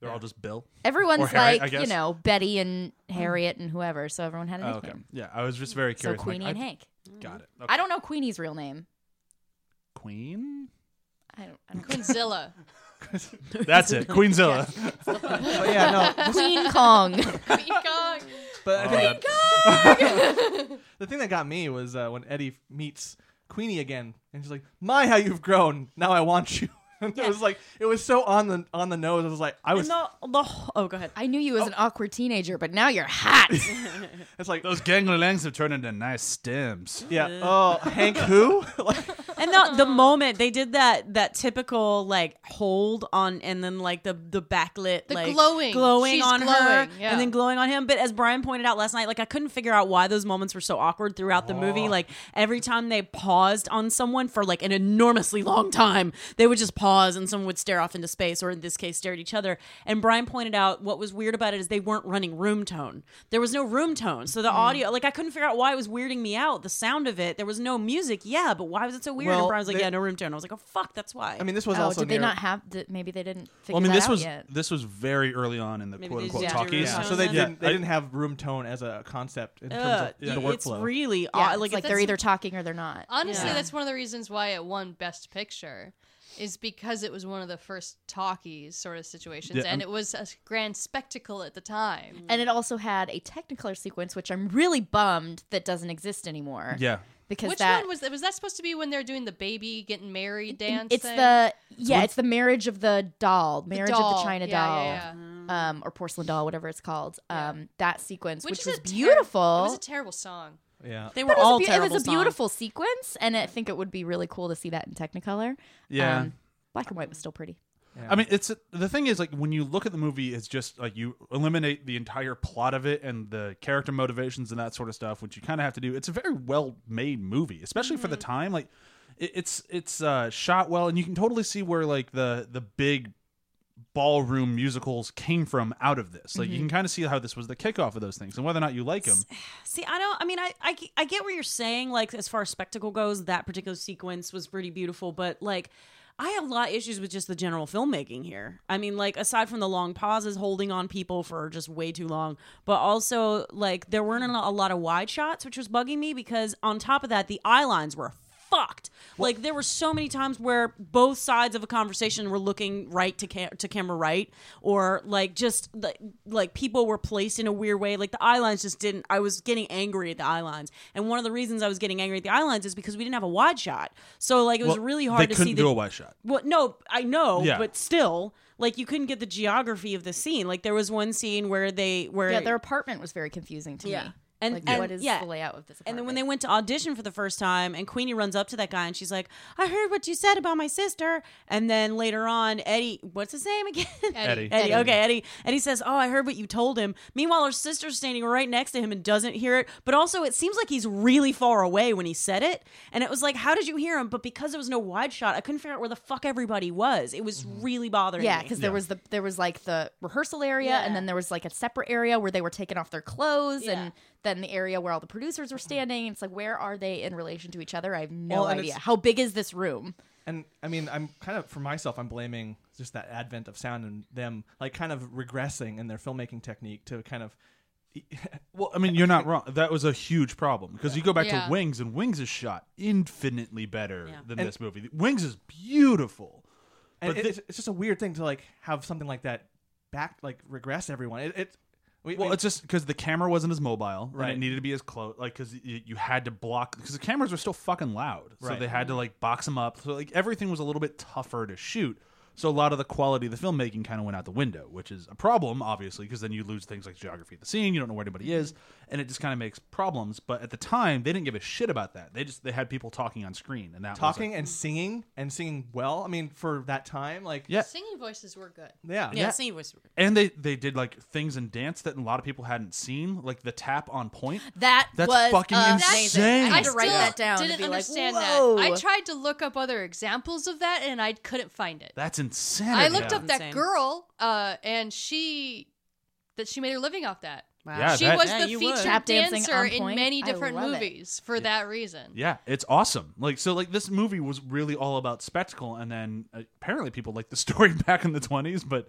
Speaker 1: they're all just Bill. Or
Speaker 3: Everyone's
Speaker 1: Harriet, I
Speaker 3: like, you
Speaker 1: guess.
Speaker 3: know, Betty and Harriet and whoever. So everyone had a
Speaker 1: Oh,
Speaker 3: nickname.
Speaker 1: okay, yeah, I was just very
Speaker 3: So
Speaker 1: curious. I'm like,
Speaker 3: Queenie
Speaker 1: I-
Speaker 3: and Hank.
Speaker 1: Got it.
Speaker 3: I don't know Queenie's real name.
Speaker 1: Queen.
Speaker 3: I don't. I don't
Speaker 4: Quinzilla.
Speaker 1: That's it, Queenzilla.
Speaker 5: But Oh, yeah, no.
Speaker 3: Queen Kong.
Speaker 4: Peacock.
Speaker 5: But I
Speaker 1: Oh,
Speaker 5: think
Speaker 1: that-
Speaker 5: the thing that got me was uh, when Eddie meets Queenie again, and she's like, "My, how you've grown! Now I want you." And it was like it was so on the on the nose. I was like, I was.
Speaker 2: And the, the wh- oh, go ahead.
Speaker 3: I knew you as an awkward teenager, but now you're hot.
Speaker 5: It's like
Speaker 1: Those gangly legs have turned into nice stems.
Speaker 5: yeah. Oh, Hank, who? like,
Speaker 2: And the, the moment they did that that typical like hold on and then like the the backlit
Speaker 4: The
Speaker 2: like
Speaker 4: glowing.
Speaker 2: glowing
Speaker 4: She's
Speaker 2: on her
Speaker 4: glowing, yeah.
Speaker 2: and then glowing on him. But as Brian pointed out last night, like I couldn't figure out why those moments were so awkward throughout the
Speaker 5: Oh.
Speaker 2: movie. Like every time they paused on someone for like an enormously long time, they would just pause and someone would stare off into space or in this case stare at each other. And Brian pointed out what was weird about it is they weren't running room tone. There was no room tone. So the
Speaker 5: Hmm.
Speaker 2: audio like I couldn't figure out why it was weirding me out. The sound of it. There was no music, yeah, but why was it so weird? weird.
Speaker 5: Well,
Speaker 2: and Brian was like,
Speaker 5: they-
Speaker 2: "Yeah, no room tone." I was like, "Oh fuck, that's why."
Speaker 5: I mean, this was
Speaker 3: oh,
Speaker 5: also
Speaker 3: did they
Speaker 5: near-
Speaker 3: not have? Did, maybe they didn't figure
Speaker 1: Well, I mean,
Speaker 3: that
Speaker 1: this
Speaker 3: out
Speaker 1: was
Speaker 3: yet.
Speaker 1: this was very early on in the
Speaker 2: Maybe
Speaker 1: quote
Speaker 2: they
Speaker 1: unquote
Speaker 2: just
Speaker 1: talkies.
Speaker 2: did
Speaker 5: Yeah,
Speaker 2: Sound
Speaker 5: so they
Speaker 2: then?
Speaker 5: didn't they
Speaker 1: I-
Speaker 5: didn't have room tone as a concept in
Speaker 2: Ugh,
Speaker 5: terms of the
Speaker 2: Uh, y- it's
Speaker 5: workflow.
Speaker 2: really
Speaker 3: Yeah,
Speaker 2: odd.
Speaker 3: it's
Speaker 2: like,
Speaker 3: like,
Speaker 2: it's
Speaker 3: they're either talking or they're not.
Speaker 4: Honestly,
Speaker 2: Yeah.
Speaker 4: that's one of the reasons why it won Best Picture, is because it was one of the first talkies sort of situations,
Speaker 1: Yeah,
Speaker 4: and
Speaker 1: I'm-
Speaker 4: it was a grand spectacle at the time.
Speaker 3: And it also had a Technicolor sequence, which I'm really bummed that doesn't exist anymore.
Speaker 1: Yeah.
Speaker 3: because
Speaker 4: Which
Speaker 3: that
Speaker 4: one was that? Was that supposed to be when they're doing the baby getting married dance?
Speaker 3: it's
Speaker 4: thing?
Speaker 3: the yeah, it's the marriage of the doll,
Speaker 4: The
Speaker 3: marriage of
Speaker 4: doll.
Speaker 3: the China
Speaker 4: Yeah,
Speaker 3: doll.
Speaker 4: yeah, yeah.
Speaker 2: Mm.
Speaker 3: um, or porcelain doll, whatever it's called. Um, that sequence, which,
Speaker 4: is
Speaker 3: was
Speaker 4: a ter-
Speaker 3: beautiful.
Speaker 4: it was a terrible song.
Speaker 5: Yeah.
Speaker 2: they were
Speaker 3: But it was,
Speaker 2: all
Speaker 3: a, beau- it
Speaker 2: terrible.
Speaker 3: was a
Speaker 2: songs.
Speaker 3: beautiful sequence, and I think it would be really cool to see that in Technicolor. Um,
Speaker 1: Yeah.
Speaker 3: black and white was still pretty.
Speaker 1: I mean, it's the thing is like when you look at the movie, it's just like you eliminate the entire plot of it and the character motivations and that sort of stuff, which you kind of have to do. It's a very well made movie, especially for the
Speaker 2: Mm-hmm.
Speaker 1: time. Like it, it's it's uh, shot well, and you can totally see where like the the big ballroom musicals came from out of this. Like you
Speaker 2: Mm-hmm.
Speaker 1: can kind of see how this was the kickoff of those things, and whether or not you like them.
Speaker 2: See, I don't. I mean, I, I I get where you're saying. Like, as far as spectacle goes, that particular sequence was pretty beautiful. But like, I have a lot of issues with just the general filmmaking here. I mean, like, aside from the long pauses, holding on people for just way too long, but also like there weren't a lo- a lot of wide shots, which was bugging me because on top of that, the eye lines were fucked. like there were so many times where both sides of a conversation were looking right to ca- to camera right, or like just like, like people were placed in a weird way. Like the eye lines just didn't. I was getting angry at the eye lines, and one of the reasons I was getting angry at the eye lines is because we didn't have a wide shot. So like it was
Speaker 1: Well,
Speaker 2: really
Speaker 1: they
Speaker 2: hard to
Speaker 1: couldn't
Speaker 2: see.
Speaker 1: do
Speaker 2: the,
Speaker 1: a wide shot.
Speaker 2: well, no, I know,
Speaker 1: Yeah.
Speaker 2: but still, like you couldn't get the geography of the scene. Like there was one scene where they where
Speaker 3: Yeah, their apartment was very confusing to
Speaker 2: Yeah.
Speaker 3: me.
Speaker 2: And-
Speaker 3: like,
Speaker 2: and-
Speaker 3: what is
Speaker 2: yeah.
Speaker 3: the layout of this? Apartment?
Speaker 2: And then when they went to audition for the first time, and Queenie runs up to that guy and she's like, I heard what you said about my sister. And then later on, Eddie, what's his name again?
Speaker 1: Eddie.
Speaker 2: Eddie, okay, Eddie. Eddie says, Oh, I heard what you told him. Meanwhile, her sister's standing right next to him and doesn't hear it. But also, it seems like he's really far away when he said it. And it was like, How did you hear him? But because there was no wide shot, I couldn't figure out where the fuck everybody was. It was really bothering
Speaker 3: yeah,
Speaker 2: me.
Speaker 3: because there was the there was like the rehearsal area, and then there was like a separate area where they were taking off their clothes, and then the area where all the producers were standing. It's like where are they in relation to each other? I have no
Speaker 5: Well, and
Speaker 3: idea.
Speaker 5: it's-
Speaker 3: How big is this room?
Speaker 5: And I mean, I'm kind of for myself, I'm blaming just that advent of sound and them like kind of regressing in their filmmaking technique to kind of
Speaker 1: Well, I mean, you're not wrong. That was a huge problem because you go back
Speaker 4: Yeah.
Speaker 1: to Wings, and Wings is shot infinitely better
Speaker 2: Yeah.
Speaker 1: than
Speaker 5: And-
Speaker 1: this movie. Wings is beautiful.
Speaker 5: And
Speaker 1: But
Speaker 5: it-
Speaker 1: thi-
Speaker 5: it's, it's just a weird thing to like have something like that back like regress everyone. It, it we,
Speaker 1: Well,
Speaker 5: we-
Speaker 1: it's just because the camera wasn't as mobile, right?
Speaker 5: Right.
Speaker 1: it needed to be as close, like because you, you had to block because the cameras were still fucking loud, so
Speaker 5: Right.
Speaker 1: they had to like box them up. So like everything was a little bit tougher to shoot. So a lot of the quality of the filmmaking kind of went out the window, which is a problem, obviously, because then you lose things like geography of the scene. You don't know where anybody is, and it just kind of makes problems. But at the time, they didn't give a shit about that. They just they had people talking on screen, and that was, like-
Speaker 5: talking and singing and singing well. I mean, for that time, like
Speaker 1: Yeah.
Speaker 4: Singing voices were good.
Speaker 5: yeah,
Speaker 2: Yeah, singing voice.
Speaker 1: and they they did like things in dance that a lot of people hadn't seen, like the tap on point.
Speaker 3: That
Speaker 1: That's
Speaker 3: was
Speaker 1: fucking
Speaker 3: amazing.
Speaker 1: insane.
Speaker 3: I had to
Speaker 4: still
Speaker 3: write that down.
Speaker 4: Didn't
Speaker 3: to be
Speaker 4: understand
Speaker 3: like, Whoa.
Speaker 4: that. I tried to look up other examples of that, and I couldn't find it.
Speaker 1: That's insanity.
Speaker 4: I looked
Speaker 2: yeah.
Speaker 4: up that
Speaker 2: Insane.
Speaker 4: girl, uh, and she that she made her living off that.
Speaker 2: Wow.
Speaker 1: Yeah,
Speaker 4: she
Speaker 1: that-
Speaker 4: was
Speaker 2: Yeah,
Speaker 4: the
Speaker 2: you
Speaker 4: featured
Speaker 2: would.
Speaker 3: Tap dancing
Speaker 4: dancer
Speaker 3: on
Speaker 4: in
Speaker 3: point.
Speaker 4: many
Speaker 3: I
Speaker 4: different
Speaker 3: love it.
Speaker 4: movies for that reason.
Speaker 1: Yeah, it's awesome. Like so, like this movie was really all about spectacle, and then uh, apparently people liked the story back in the twenties, but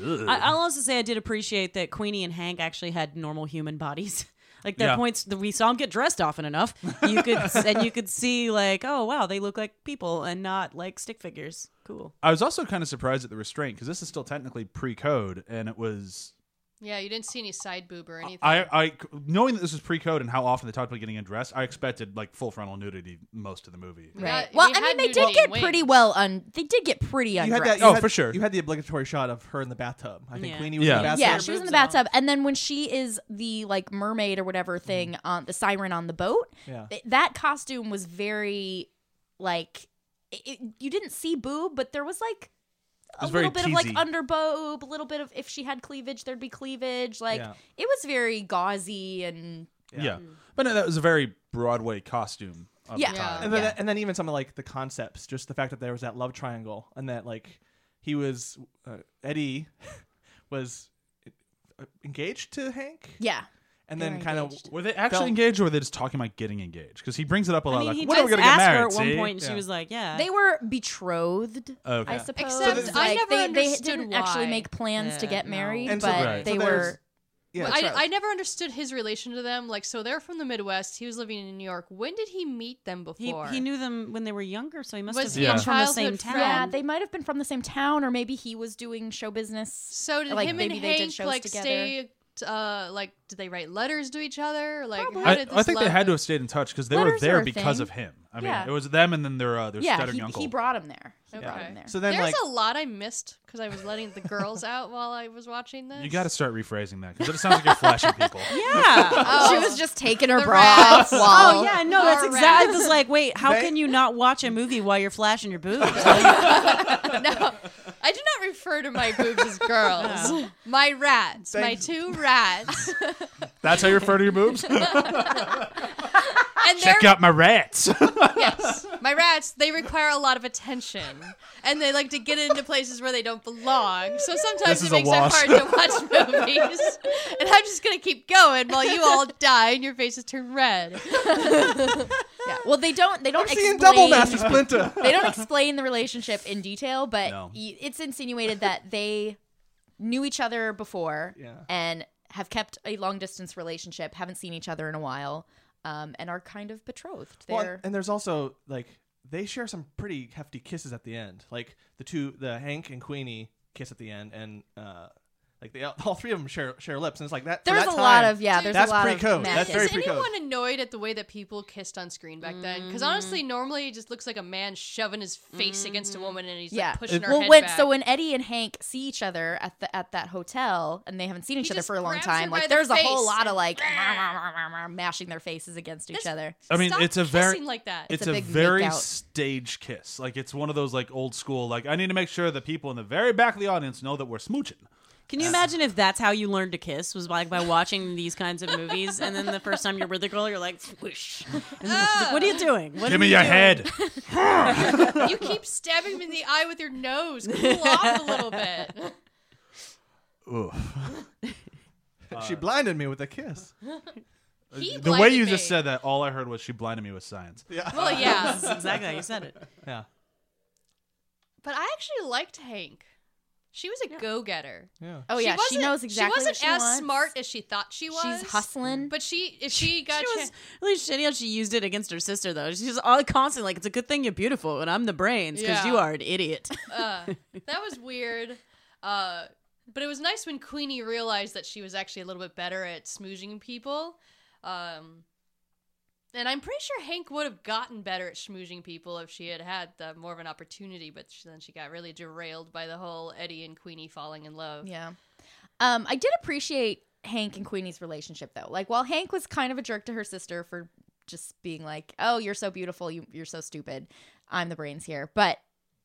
Speaker 1: ugh.
Speaker 2: I, I'll also say I did appreciate that Queenie and Hank actually had normal human bodies. Like their
Speaker 1: Yeah.
Speaker 2: points, the, we saw them get dressed often enough. You could and you could see like, oh wow, they look like people and not like stick figures. Cool.
Speaker 1: I was also kind of surprised at the restraint because this is still technically pre-code, and it was
Speaker 4: Yeah, you didn't see any side boob or anything.
Speaker 1: I, I knowing that this was pre-code and how often they talked about getting undressed, I expected like full frontal nudity most of the movie.
Speaker 4: Right.
Speaker 3: Right. Well,
Speaker 4: We
Speaker 3: I mean,
Speaker 4: had
Speaker 3: they
Speaker 4: nudity
Speaker 3: did get
Speaker 4: in
Speaker 3: pretty
Speaker 4: Wings.
Speaker 3: well un. They did get pretty
Speaker 5: You had
Speaker 3: undressed.
Speaker 5: that. you
Speaker 1: Oh,
Speaker 5: had-
Speaker 1: for sure.
Speaker 5: You had the obligatory shot of her in the bathtub. I think
Speaker 2: Yeah.
Speaker 5: Queenie was
Speaker 1: Yeah.
Speaker 5: in the bathtub.
Speaker 3: yeah,
Speaker 2: her
Speaker 3: she was in the
Speaker 2: boobs and all.
Speaker 3: bathtub, and then when she is the like mermaid or whatever thing on the siren on the boat,
Speaker 5: Yeah.
Speaker 3: th- that costume was very like it, it- you didn't see boob, but there was like a
Speaker 1: was
Speaker 3: little
Speaker 1: very
Speaker 3: bit of like
Speaker 1: teasy.
Speaker 3: under boob, a little bit of if she had cleavage, there'd be cleavage. Like
Speaker 5: Yeah.
Speaker 3: it was very gauzy and
Speaker 1: Yeah,
Speaker 2: Mm.
Speaker 1: but no, that was a very Broadway costume. Of
Speaker 3: Yeah.
Speaker 1: the
Speaker 4: Yeah.
Speaker 1: time.
Speaker 5: And then,
Speaker 3: Yeah.
Speaker 5: and then even some of like the concepts, just the fact that there was that love triangle and that like he was uh, Eddie was uh, engaged to Hank,
Speaker 3: yeah.
Speaker 5: and
Speaker 3: They
Speaker 5: then
Speaker 3: were
Speaker 5: kind of
Speaker 3: engaged.
Speaker 1: Were they actually
Speaker 5: Felt-
Speaker 1: engaged, or were they just talking about getting engaged? Because he brings it up a lot.
Speaker 2: I mean,
Speaker 1: like,
Speaker 2: he
Speaker 1: when are we gonna
Speaker 2: just
Speaker 1: get
Speaker 2: asked
Speaker 1: married?
Speaker 2: her at one
Speaker 1: see?"
Speaker 2: point, and she
Speaker 5: Yeah.
Speaker 2: was like, "Yeah,
Speaker 3: They were betrothed,
Speaker 1: Okay.
Speaker 3: I suppose.
Speaker 4: Except
Speaker 5: So there's-
Speaker 4: I
Speaker 3: like,
Speaker 4: never
Speaker 3: they, they
Speaker 4: understood
Speaker 3: didn't actually
Speaker 4: why.
Speaker 3: make plans to
Speaker 2: Yeah,
Speaker 3: get
Speaker 2: no.
Speaker 3: married,
Speaker 5: And so-
Speaker 3: but
Speaker 1: Right.
Speaker 3: they
Speaker 5: so there's-
Speaker 3: were
Speaker 5: yeah,
Speaker 4: I,
Speaker 3: betrothed.
Speaker 4: I never understood his relation to them. Like, so they're from the Midwest. He was living in New York. When did he meet them
Speaker 2: he,
Speaker 4: before?
Speaker 2: he knew them when they were younger, so he must
Speaker 4: Was
Speaker 2: have
Speaker 1: he a
Speaker 2: been from the
Speaker 4: childhood
Speaker 2: same
Speaker 4: friend?
Speaker 2: town."
Speaker 3: yeah, they might have been from the same town, or maybe he was doing show business.
Speaker 4: So did
Speaker 3: Like,
Speaker 4: him and
Speaker 3: maybe they did
Speaker 4: Hank
Speaker 3: shows
Speaker 4: like
Speaker 3: together.
Speaker 4: stay? Uh, like, did they write letters to each other? Like,
Speaker 3: Probably.
Speaker 4: how
Speaker 1: I,
Speaker 4: did this
Speaker 1: I think they
Speaker 4: love-
Speaker 1: had to have stayed in touch because they were
Speaker 3: Letters are
Speaker 1: there
Speaker 3: a
Speaker 1: because
Speaker 3: thing.
Speaker 1: of him. I mean,
Speaker 3: Yeah.
Speaker 1: it was them and then their uh, their
Speaker 3: yeah,
Speaker 1: stuttering
Speaker 3: he,
Speaker 1: uncle.
Speaker 3: he brought him there. He brought
Speaker 4: Okay.
Speaker 3: him there.
Speaker 5: So then
Speaker 4: There's
Speaker 5: like
Speaker 4: a lot I missed because I was letting the girls out while I was watching this.
Speaker 1: you got to start rephrasing that because it sounds like you're flashing people.
Speaker 2: Yeah.
Speaker 4: Oh.
Speaker 3: She was just taking her
Speaker 4: The
Speaker 3: bra
Speaker 4: rats.
Speaker 3: off.
Speaker 2: Oh
Speaker 3: While,
Speaker 2: yeah, no, that's
Speaker 4: Alright.
Speaker 2: exactly. Just like, wait, how
Speaker 5: They-
Speaker 2: can you not watch a movie while you're flashing your boobs?
Speaker 4: no, I do not refer to my boobs as girls. My rats,
Speaker 5: Thanks.
Speaker 4: my two rats,
Speaker 1: That's how you refer to your boobs.
Speaker 4: and
Speaker 1: Check
Speaker 4: they're
Speaker 1: out my rats.
Speaker 4: yes, my rats. They require a lot of attention, and they like to get into places where they don't belong. So sometimes
Speaker 1: This is
Speaker 4: it
Speaker 1: a
Speaker 4: makes
Speaker 1: wash.
Speaker 4: it hard to watch movies. and I'm just gonna keep going while you all die and your faces turn red.
Speaker 3: yeah. Well, they don't. They don't
Speaker 5: seeing
Speaker 3: explain.
Speaker 5: double master splinter.
Speaker 3: they don't explain the relationship in detail, but
Speaker 1: No.
Speaker 3: y- it's insinuated that they knew each other before
Speaker 5: Yeah.
Speaker 3: and have kept a long distance relationship, haven't seen each other in a while, um, and are kind of betrothed. They're
Speaker 5: Well, and there's also like they share some pretty hefty kisses at the end. Like the two, the Hank and Queenie kiss at the end, and uh, like they all, all three of them share share lips, and it's like that. for
Speaker 3: there's
Speaker 5: that
Speaker 3: a lot
Speaker 5: time-
Speaker 3: of yeah.
Speaker 4: Dude,
Speaker 3: There's
Speaker 5: that's
Speaker 3: a lot
Speaker 5: pre-code.
Speaker 3: of
Speaker 5: That's
Speaker 3: matches.
Speaker 5: very
Speaker 4: Is
Speaker 5: pre-code.
Speaker 4: anyone annoyed at the way that people kissed on screen back then? Because honestly,
Speaker 1: Mm.
Speaker 4: normally it just looks like a man shoving his face against a woman and he's
Speaker 3: yeah.
Speaker 4: like pushing her
Speaker 3: well,
Speaker 4: head
Speaker 3: when
Speaker 4: back.
Speaker 3: so when Eddie and Hank see each other at the at that hotel and they haven't seen each other
Speaker 4: just
Speaker 3: for a long
Speaker 4: grabs her
Speaker 3: time,
Speaker 4: by
Speaker 3: like
Speaker 4: the
Speaker 3: there's a
Speaker 4: face
Speaker 3: whole lot
Speaker 4: and-
Speaker 3: of like mashing their faces against each
Speaker 4: That's-
Speaker 3: other.
Speaker 1: I mean,
Speaker 4: Stop
Speaker 1: it's a very
Speaker 4: kissing like that.
Speaker 1: It's,
Speaker 3: a
Speaker 1: a,
Speaker 3: big
Speaker 1: very
Speaker 3: make out.
Speaker 1: stage kiss. Like it's one of those like old school. Like I need to make sure the people in the very back of the audience know that we're smooching.
Speaker 2: Can you imagine if that's how you learned to kiss? Was like by watching these kinds of movies, and then the first time you're with a girl, you're like, whoosh. And it's like, what are you
Speaker 4: Ah.
Speaker 2: doing? What
Speaker 1: Give
Speaker 2: are
Speaker 1: me
Speaker 2: you
Speaker 1: your
Speaker 2: doing?"
Speaker 1: head.
Speaker 4: you keep stabbing him in the eye with your nose. Cool off a little bit.
Speaker 5: she blinded me with a kiss.
Speaker 4: He
Speaker 1: the way you
Speaker 4: blinded
Speaker 1: just
Speaker 4: me.
Speaker 1: said that, all I heard was she blinded me with science.
Speaker 4: Well, yeah,
Speaker 2: That's exactly how you said it.
Speaker 5: Yeah.
Speaker 4: but I actually liked Hank. She was a go getter.
Speaker 5: Yeah.
Speaker 3: Oh yeah, she, knows exactly.
Speaker 4: She wasn't
Speaker 3: what she
Speaker 4: as
Speaker 3: wants.
Speaker 4: smart as she thought she was.
Speaker 3: She's hustling.
Speaker 4: But she, if she got,
Speaker 2: She
Speaker 4: she
Speaker 2: was really shitty how she used it against her sister though. She's just all constantly like, "It's a good thing you're beautiful, and I'm the brains because
Speaker 4: Yeah.
Speaker 2: you are an idiot."
Speaker 4: uh, that was weird. Uh, but it was nice when Queenie realized that she was actually a little bit better at smoozing people. Um, and I'm pretty sure Hank would have gotten better at schmoozing people if she had had the, more of an opportunity, but she, then she got really derailed by the whole Eddie and Queenie falling in love.
Speaker 3: Yeah. Um, I did appreciate Hank and Queenie's relationship though. Like while Hank was kind of a jerk to her sister for just being like, "Oh, you're so beautiful. You, you're so stupid. I'm the brains here." But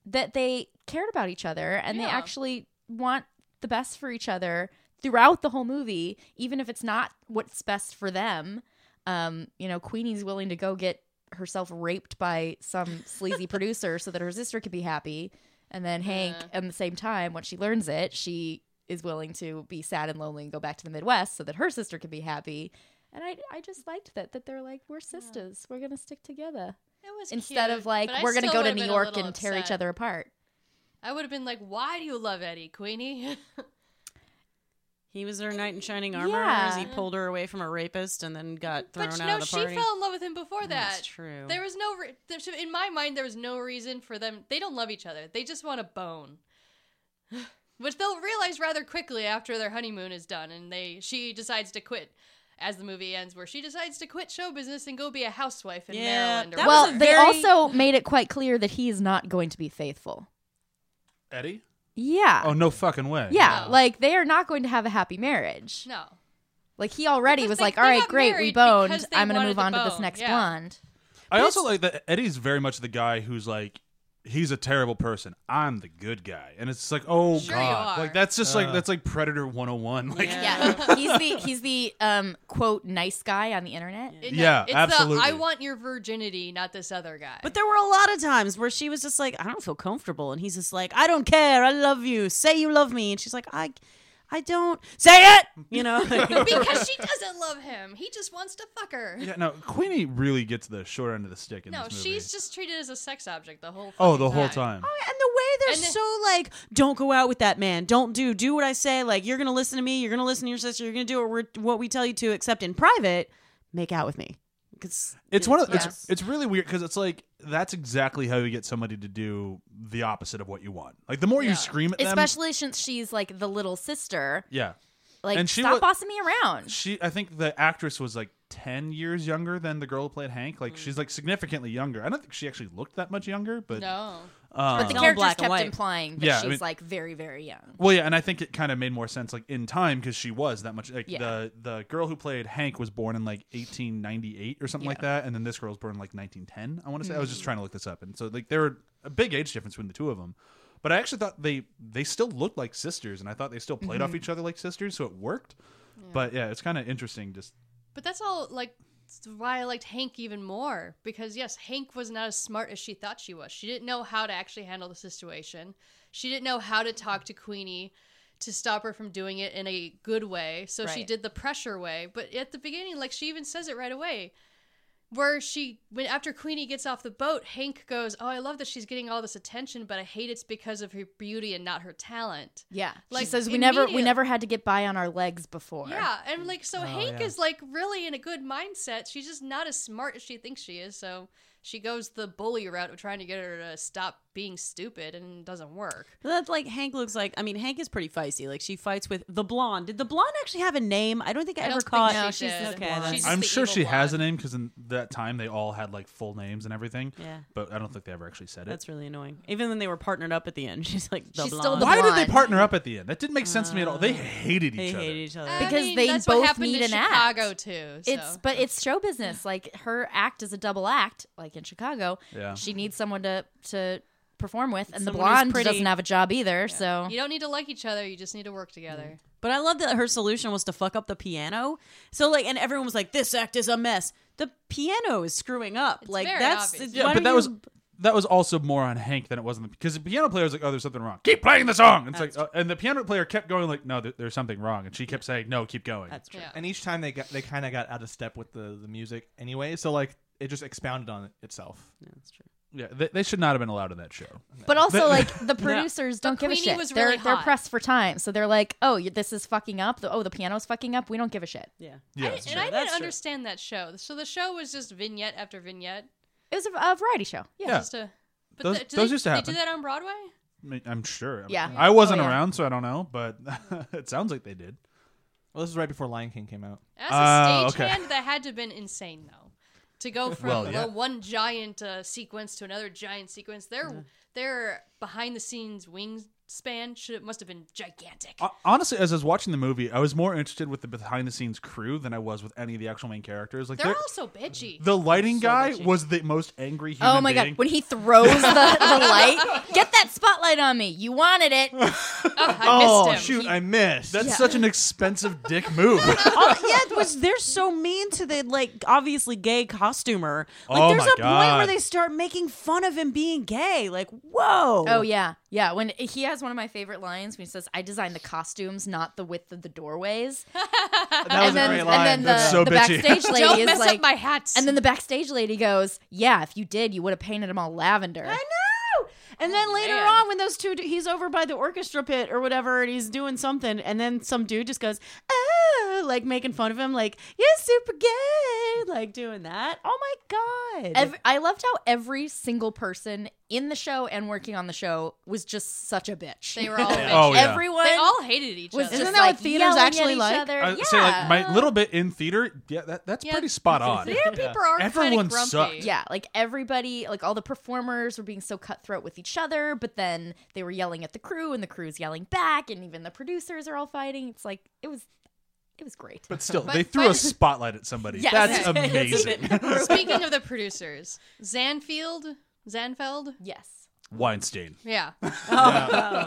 Speaker 3: that they cared about each other and they
Speaker 4: Yeah.
Speaker 3: actually want the best for each other throughout the whole movie, even if it's not what's best for them. Um, you know, Queenie's willing to go get herself raped by some sleazy producer so that her sister could be happy. And then Hank,
Speaker 4: Uh.
Speaker 3: at the same time, when she learns it, she is willing to be sad and lonely and go back to the Midwest so that her sister can be happy. And I, I just liked that that they're like we're sisters, we're gonna stick together
Speaker 4: It was
Speaker 3: instead
Speaker 4: cute,
Speaker 3: of like
Speaker 4: but I
Speaker 3: we're gonna
Speaker 4: still
Speaker 3: go to
Speaker 4: would've
Speaker 3: New
Speaker 4: been a
Speaker 3: York
Speaker 4: little
Speaker 3: and tear each
Speaker 4: upset.
Speaker 3: other apart.
Speaker 4: I would have been like, "Why do you love Eddie, Queenie?"
Speaker 2: he was her knight in shining armor as he
Speaker 3: Yeah.
Speaker 2: pulled her away from a rapist and then got thrown
Speaker 4: but
Speaker 2: out
Speaker 4: no,
Speaker 2: of the
Speaker 4: she
Speaker 2: party.
Speaker 4: fell in love with him before that.
Speaker 2: That's true.
Speaker 4: There was no, re- there, in my mind, there was no reason for them. They don't love each other. They just want a bone, which they'll realize rather quickly after their honeymoon is done, and they she decides to quit. As the movie ends, where she decides to quit show business and go be a housewife in
Speaker 2: Yeah,
Speaker 4: Maryland. Or
Speaker 2: that
Speaker 3: well,
Speaker 2: was a
Speaker 4: whatever.
Speaker 3: they
Speaker 2: very-
Speaker 3: also made it quite clear that he is not going to be
Speaker 2: Oh,
Speaker 3: faithful.
Speaker 1: Eddie?
Speaker 3: Yeah.
Speaker 1: Oh no fucking way.
Speaker 3: yeah,
Speaker 4: no.
Speaker 3: like they are not going to have a happy marriage.
Speaker 4: no,
Speaker 3: Like he already
Speaker 4: Because
Speaker 3: was
Speaker 4: they-
Speaker 3: like,
Speaker 4: they
Speaker 3: "All right,
Speaker 4: got
Speaker 3: great, we
Speaker 4: married
Speaker 3: boned.
Speaker 4: because they
Speaker 3: I'm going to
Speaker 4: wanted
Speaker 3: move
Speaker 4: to
Speaker 3: on to this
Speaker 4: bone."
Speaker 3: next
Speaker 4: Yeah.
Speaker 3: blonde."
Speaker 1: I also like that Eddie's very much the guy who's like he's a terrible person. I'm the good guy. And it's like, "Oh
Speaker 4: Sure you
Speaker 1: god."
Speaker 4: are.
Speaker 1: Like that's just like
Speaker 5: Uh.
Speaker 1: that's like Predator 101. Like
Speaker 3: Yeah,
Speaker 2: Yeah.
Speaker 3: he's the he's the um quote nice guy on the internet.
Speaker 4: It-
Speaker 1: Yeah,
Speaker 4: it's
Speaker 1: absolutely.
Speaker 4: The, I want your virginity, not this other guy.
Speaker 2: But there were a lot of times where she was just like, I don't feel comfortable. And he's just like, I don't care. I love you. Say you love me. And she's like, I I don't. Say it. You know?
Speaker 4: because she doesn't love him, he just wants to fuck her.
Speaker 1: Yeah, no, Queenie really gets the short end of the stick in
Speaker 4: No,
Speaker 1: this movie.
Speaker 4: she's just treated as a sex object the whole.
Speaker 1: Oh,
Speaker 4: fucking
Speaker 1: the whole time.
Speaker 2: and the way they're
Speaker 4: And the-
Speaker 2: so like, don't go out with that man. Don't do. Do what I say. Like, you're going to listen to me. You're going to listen to your sister. You're going to do what, we're, what we tell you to, except in private, make out with me. 'Cause
Speaker 1: It's one of
Speaker 2: gross.
Speaker 1: it's it's really weird because it's like that's exactly how you get somebody to do the opposite of what you want. Like the more
Speaker 4: Yeah.
Speaker 1: you scream at them,
Speaker 3: Especially since she's like the little sister.
Speaker 1: yeah.
Speaker 3: Like,
Speaker 1: And she
Speaker 3: stop
Speaker 1: wa-
Speaker 3: bossing me around.
Speaker 1: She, I think the actress was like ten years younger than the girl who played Hank.
Speaker 4: Mm.
Speaker 1: Like she's like significantly younger. I don't think she actually looked that much younger, but
Speaker 4: No.
Speaker 1: um,
Speaker 3: But the
Speaker 2: No,
Speaker 3: characters
Speaker 2: black and
Speaker 3: kept
Speaker 2: white.
Speaker 3: implying that
Speaker 1: Yeah, I
Speaker 3: she's
Speaker 1: mean-
Speaker 3: like very very young.
Speaker 1: well, yeah, and I think it kind of made more sense like in time because she was that much. Like
Speaker 3: Yeah.
Speaker 1: the the girl who played Hank was born in like 1898 or something like that, and then this girl's born in like 1910. I want to say I was just trying to look this up, and so like there were a big age difference between the two of them. But I actually thought they they still looked like sisters, and I thought they still played off each other like sisters, so it worked. But yeah, it's kind of interesting. Just
Speaker 4: But that's all like s- why I liked Hank even more because yes, Hank was not as smart as she thought she was. She didn't know how to actually handle the situation. She didn't know how to talk to Queenie to stop her from doing it in a good way. So she
Speaker 3: Right.
Speaker 4: did the pressure way. But at the beginning, like she even says it right away. Where she, when after Queenie gets off the boat, Hank goes, "Oh, I love that she's getting all this attention, but I hate it's because of her beauty and not her talent."
Speaker 3: Yeah. she
Speaker 4: Like,
Speaker 3: says we never we
Speaker 4: immediate-
Speaker 3: never had to get by on our legs before.
Speaker 4: Yeah, and like so
Speaker 5: Oh,
Speaker 4: Hank
Speaker 5: yeah.
Speaker 4: is like really in a good mindset. She's just not as smart as she thinks she is, so she goes the bully route of trying to get her to stop being stupid and it doesn't work.
Speaker 2: But That's like Hank looks like. I mean, Hank is pretty feisty. Like she fights with the blonde. Did the blonde actually have a name? I don't think
Speaker 4: I
Speaker 2: I, ever
Speaker 4: don't
Speaker 2: caught.
Speaker 4: think
Speaker 3: No,
Speaker 4: she
Speaker 3: she's
Speaker 4: did.
Speaker 3: just
Speaker 2: Okay,
Speaker 3: blonde.
Speaker 2: then.
Speaker 4: She's
Speaker 1: I'm
Speaker 4: the
Speaker 1: sure
Speaker 4: evil
Speaker 1: she has a
Speaker 4: blonde.
Speaker 1: name because in that time they all had like full names and everything.
Speaker 2: Yeah.
Speaker 1: But I don't think they ever actually said it.
Speaker 2: That's really annoying. Even when they were partnered up at the end, she's like the
Speaker 3: She's still
Speaker 2: blonde.
Speaker 3: the
Speaker 1: Why did
Speaker 3: blonde.
Speaker 1: they partner up at the end? That didn't make sense to me at all. They hated
Speaker 2: they
Speaker 1: each other.
Speaker 2: hated each other.
Speaker 4: I
Speaker 3: Because
Speaker 4: mean,
Speaker 3: they
Speaker 4: that's
Speaker 3: both
Speaker 4: what happened
Speaker 3: need
Speaker 4: to
Speaker 3: an act.
Speaker 4: Chicago too. So.
Speaker 3: It's but it's show business. Like her act is a double act, like in Chicago.
Speaker 1: Yeah.
Speaker 3: She needs someone to to perform with, and
Speaker 2: Someone who's
Speaker 3: the blonde
Speaker 2: pretty.
Speaker 3: doesn't have a job either. So
Speaker 4: you don't need to like each other, you just need to work
Speaker 1: Mm.
Speaker 4: together.
Speaker 2: But I love that her solution was to fuck up the piano. So like, and everyone was like, "This act is a mess." The piano is screwing up. like
Speaker 4: very
Speaker 2: that's
Speaker 4: obvious.
Speaker 1: Yeah,
Speaker 2: why
Speaker 1: but
Speaker 2: don't
Speaker 1: that was
Speaker 2: you-
Speaker 1: that was also more on Hank than it was on the because the piano player was like, "Oh, there's something wrong. Keep playing the song." It's like, uh, and the piano player kept going like, "No, there, there's something wrong," and she kept saying, "No, keep going."
Speaker 2: that's true.
Speaker 4: Yeah.
Speaker 5: And each time they got they kind of got out of step with the the music anyway. So like it just expounded on itself.
Speaker 2: Yeah, that's true.
Speaker 1: Yeah, they, they should not have been allowed in that show.
Speaker 3: But also, like the producers don't give a
Speaker 4: Queenie
Speaker 3: shit.
Speaker 4: was
Speaker 3: they're
Speaker 4: really
Speaker 3: they're
Speaker 4: hot.
Speaker 3: pressed for time, so they're like, "Oh, y- this is fucking up. The, oh, the piano's fucking up. We don't give a shit."
Speaker 2: Yeah.
Speaker 1: Yeah,
Speaker 4: I
Speaker 1: that's
Speaker 4: didn't, and
Speaker 1: true.
Speaker 4: I
Speaker 2: That's
Speaker 4: didn't
Speaker 2: true.
Speaker 4: understand that show. So the show was just vignette after vignette.
Speaker 3: It was a, a variety show. Yeah.
Speaker 1: Yeah.
Speaker 4: Just a, but
Speaker 1: Those-
Speaker 4: the, do
Speaker 1: those
Speaker 4: they,
Speaker 1: used to
Speaker 4: they
Speaker 1: happen.
Speaker 4: do that on Broadway?
Speaker 1: I mean, I'm sure. I
Speaker 3: Yeah.
Speaker 1: mean, I wasn't
Speaker 3: Oh, yeah.
Speaker 1: around, so I don't know, but it sounds like they did.
Speaker 5: Well, this is right before Lion King came out.
Speaker 4: As
Speaker 1: Oh,
Speaker 4: a
Speaker 1: okay.
Speaker 4: stagehand, that had to have been insane, though. To go from
Speaker 1: Well, yeah.
Speaker 4: the one giant uh, sequence to another giant sequence, their their behind the scenes wingspan should must have been gigantic.
Speaker 1: Ho- Honestly, as I was watching the movie, I was more interested with the behind the scenes crew than I was with any of the actual main characters. Like
Speaker 4: They're
Speaker 1: they're-
Speaker 4: all so bitchy.
Speaker 1: the lighting guy
Speaker 4: bitchy.
Speaker 1: was the most angry human
Speaker 3: Oh my
Speaker 1: being.
Speaker 3: god! When he throws the, the light, get that spotlight on me. You wanted it.
Speaker 4: Ah, I
Speaker 5: Oh
Speaker 4: missed him.
Speaker 5: shoot,
Speaker 4: He-
Speaker 5: I missed.
Speaker 1: That's such an expensive dick move.
Speaker 2: Oh, yeah, was they're so mean to the like obviously gay costumer. Like
Speaker 1: Oh
Speaker 2: there's
Speaker 1: my
Speaker 2: a point where
Speaker 1: God.
Speaker 2: they start making fun of him being gay. Like, whoa.
Speaker 3: Oh yeah, yeah. When he has one of my favorite lines, when he says, "I designed the costumes, not the width of the doorways,"
Speaker 5: that was
Speaker 3: and then
Speaker 5: a great
Speaker 3: and
Speaker 5: line.
Speaker 3: then the,
Speaker 1: That's so
Speaker 3: the
Speaker 1: bitchy.
Speaker 3: backstage lady
Speaker 4: Don't
Speaker 3: is
Speaker 4: mess
Speaker 3: like,
Speaker 4: up my hats.
Speaker 3: and then the backstage lady goes, "Yeah, if you did, you would have painted them all lavender."
Speaker 2: I know. And then
Speaker 1: Oh,
Speaker 2: later
Speaker 4: man.
Speaker 2: on, when those two, d- he's over by the orchestra pit or whatever, and he's doing something, and then some dude just goes, "Oh," like making fun of him, like "You're super gay," like doing that. Oh my god!
Speaker 3: Ev- I loved how every single person in the show and working on the show was just such a bitch.
Speaker 4: they were all bitchy.
Speaker 1: Oh, yeah.
Speaker 3: Everyone
Speaker 4: They all hated each
Speaker 3: was
Speaker 4: other.
Speaker 3: just
Speaker 2: Isn't that
Speaker 3: like
Speaker 2: what theater's
Speaker 3: yelling at
Speaker 2: actually
Speaker 3: each
Speaker 2: like?
Speaker 3: other.
Speaker 1: I
Speaker 3: yeah.
Speaker 1: would say Uh, like my little bit in theater. Yeah, that, that's
Speaker 4: Yeah.
Speaker 1: pretty spot on.
Speaker 4: Theater people are kind
Speaker 1: Everyone
Speaker 4: of grumpy.
Speaker 1: sucked.
Speaker 3: yeah, like everybody, like all the performers were being so cutthroat with each other, but then they were yelling at the crew, and the crew's yelling back, and even the producers are all fighting. It's like it was, it was great.
Speaker 1: But still,
Speaker 4: But-
Speaker 1: they threw a
Speaker 4: but-
Speaker 1: spotlight at somebody.
Speaker 3: Yes.
Speaker 1: That's
Speaker 3: Yeah.
Speaker 1: amazing.
Speaker 4: Speaking of the producers, Zanfield, Zanfeld,
Speaker 3: yes,
Speaker 1: Weinstein.
Speaker 4: yeah,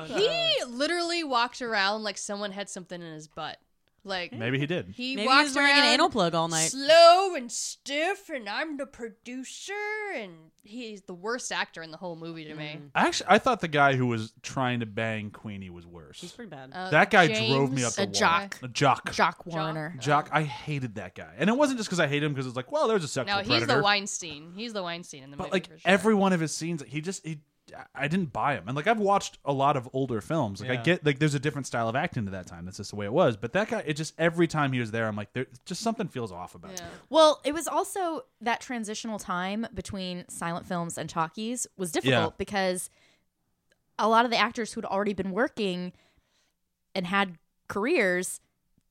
Speaker 4: he literally walked around like someone had something in his butt. Like
Speaker 1: Maybe he did.
Speaker 4: he
Speaker 2: Maybe
Speaker 4: walked
Speaker 2: he's wearing
Speaker 4: around
Speaker 2: an anal plug all night.
Speaker 4: slow and stiff, and I'm the producer, and he's the worst actor in the whole movie to me.
Speaker 1: Actually, I thought the guy who was trying to bang Queenie was worse.
Speaker 2: It's pretty bad.
Speaker 4: Uh,
Speaker 1: that guy
Speaker 4: James-
Speaker 1: drove me up the
Speaker 3: a
Speaker 1: wall.
Speaker 3: jock.
Speaker 1: A jock.
Speaker 3: Jock Warner.
Speaker 1: Jock, I hated that guy, and it wasn't just because I hate him. Because it's like, well, there's a sexual
Speaker 4: No, he's
Speaker 1: predator.
Speaker 4: the Weinstein. He's the Weinstein in the
Speaker 1: but
Speaker 4: movie.
Speaker 1: like
Speaker 4: for sure.
Speaker 1: every one of his scenes, he just he. I didn't buy him, and like I've watched a lot of older films. Like I
Speaker 5: Yeah.
Speaker 1: get like there's a different style of acting to that time. That's just the way it was. But that guy, it just every time he was there, I'm like, there just something feels off about
Speaker 4: Yeah.
Speaker 1: him.
Speaker 3: Well, it was also that transitional time between silent films and talkies was difficult
Speaker 1: Yeah.
Speaker 3: because a lot of the actors who'd already been working and had careers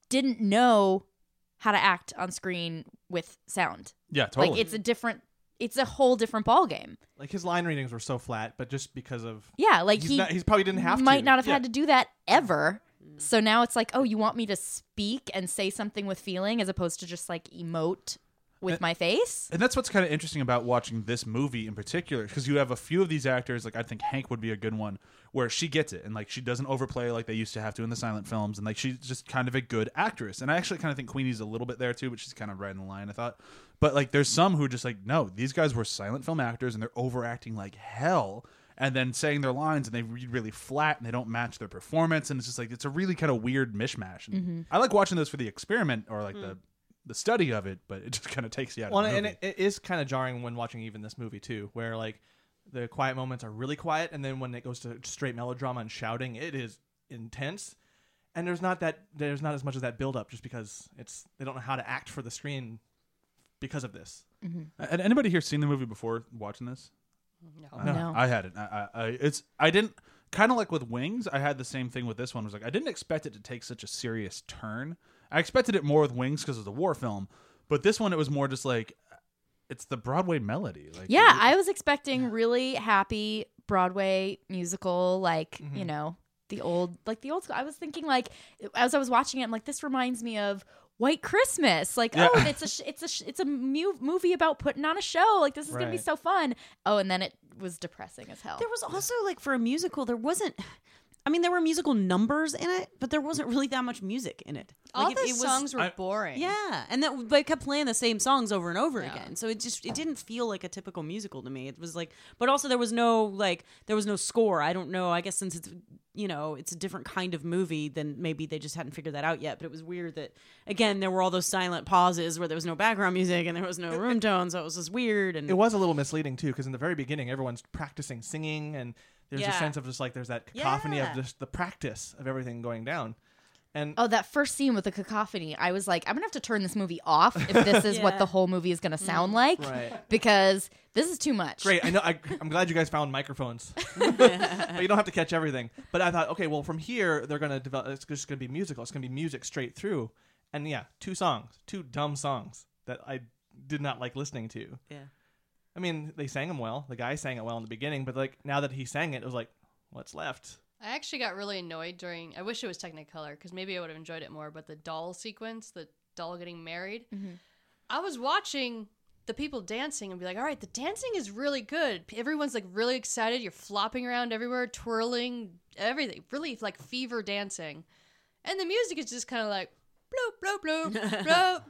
Speaker 3: didn't know how to act on screen with sound.
Speaker 1: Yeah, totally.
Speaker 3: Like it's a different it's a whole different ball game.
Speaker 5: like his line readings were so flat, but just because of
Speaker 3: Yeah, like
Speaker 5: he's
Speaker 3: he
Speaker 5: not, he's probably didn't have
Speaker 3: might
Speaker 5: to.
Speaker 3: not have
Speaker 5: Yeah.
Speaker 3: had to do that ever. So now it's like, oh, you want me to speak and say something with feeling as opposed to just like emote
Speaker 5: Uh,
Speaker 3: with my face?
Speaker 1: and that's what's kind of interesting about watching this movie in particular because you have a few of these actors like i think hank would be a good one where she gets it and like she doesn't overplay like they used to have to in the silent films and like she's just kind of a good actress and i actually kind of think queenie's a little bit there too but she's kind of right in the line i thought but like there's some who just like no these guys were silent film actors and they're overacting like hell and then saying their lines and they read really flat and they don't match their performance and it's just like it's a really kind of weird mishmash and i like watching those for the experiment or like the the study of it but it just kind of takes you out
Speaker 5: Well,
Speaker 1: of the
Speaker 5: and
Speaker 1: movie.
Speaker 5: it, it is kind of jarring when watching even this movie too, where like the quiet moments are really quiet, and then when it goes to straight melodrama and shouting, it is intense. And there's not that there's not as much of that build up just because it's they don't know how to act for the screen because of this.
Speaker 1: Had anybody here seen the movie before watching this?
Speaker 4: No.
Speaker 1: No,
Speaker 3: No.
Speaker 1: I hadn't. I, I, I it's I didn't kind of like with Wings. I had the same thing with this one. It was like I didn't expect it to take such a serious turn. I expected it more with Wings because it's a war film, but this one it was more just like it's the Broadway melody. Like
Speaker 3: Yeah, I was expecting really happy Broadway musical, like you know the old, like the old school. I was thinking like as I was watching it, I'm like, this reminds me of White Christmas. Like,
Speaker 1: Yeah.
Speaker 3: oh, it's a sh- it's a sh- it's a mu- movie about putting on a show. Like, this is gonna be
Speaker 5: Right.
Speaker 3: so fun. Oh, and then it was depressing as hell.
Speaker 2: There was also like for a musical, there wasn't. I mean, there were musical numbers in it, but there wasn't really that much music in it.
Speaker 4: All
Speaker 2: Like, it-
Speaker 4: the
Speaker 2: it was-
Speaker 4: songs were
Speaker 5: I-
Speaker 4: boring.
Speaker 2: Yeah, and that they kept playing the same songs over and over
Speaker 4: Yeah.
Speaker 2: again. So it just it didn't feel like a typical musical to me. It was like, but also there was no like there was no score. I don't know. I guess since it's you know it's a different kind of movie, then maybe they just hadn't figured that out yet. But it was weird that again there were all those silent pauses where there was no background music and there was no room tone, so it was just weird. And
Speaker 5: It was a little misleading too, because in the very beginning, everyone's practicing singing, and there's a
Speaker 2: Yeah.
Speaker 5: sense of just like there's that cacophony
Speaker 2: Yeah.
Speaker 5: of just the practice of everything going down. And
Speaker 3: Oh, that first scene with the cacophony. I was like, I'm gonna have to turn this movie off if this is what
Speaker 2: Yeah.
Speaker 3: the whole movie is gonna sound like,
Speaker 5: Right.
Speaker 3: because this is too much.
Speaker 5: great, I know. I, I'm glad you guys found microphones, but you don't have to catch everything. But I thought, okay, well, from here they're gonna develop. It's just gonna be musical. It's gonna be music straight through. And yeah, two songs, two dumb songs that I did not like listening to.
Speaker 2: yeah.
Speaker 5: I mean, they sang them well. The guy sang it well in the beginning, but like now that he sang it, it was like, what's left?
Speaker 4: I actually got really annoyed during. I wish it was Technicolor because maybe I would have enjoyed it more. But the doll sequence, the doll getting married, I was watching the people dancing and be like, all right, the dancing is really good. Everyone's like really excited. You're flopping around everywhere, twirling, everything. Really like fever dancing. And the music is just kind of like bloop, bloop, bloop, bloop.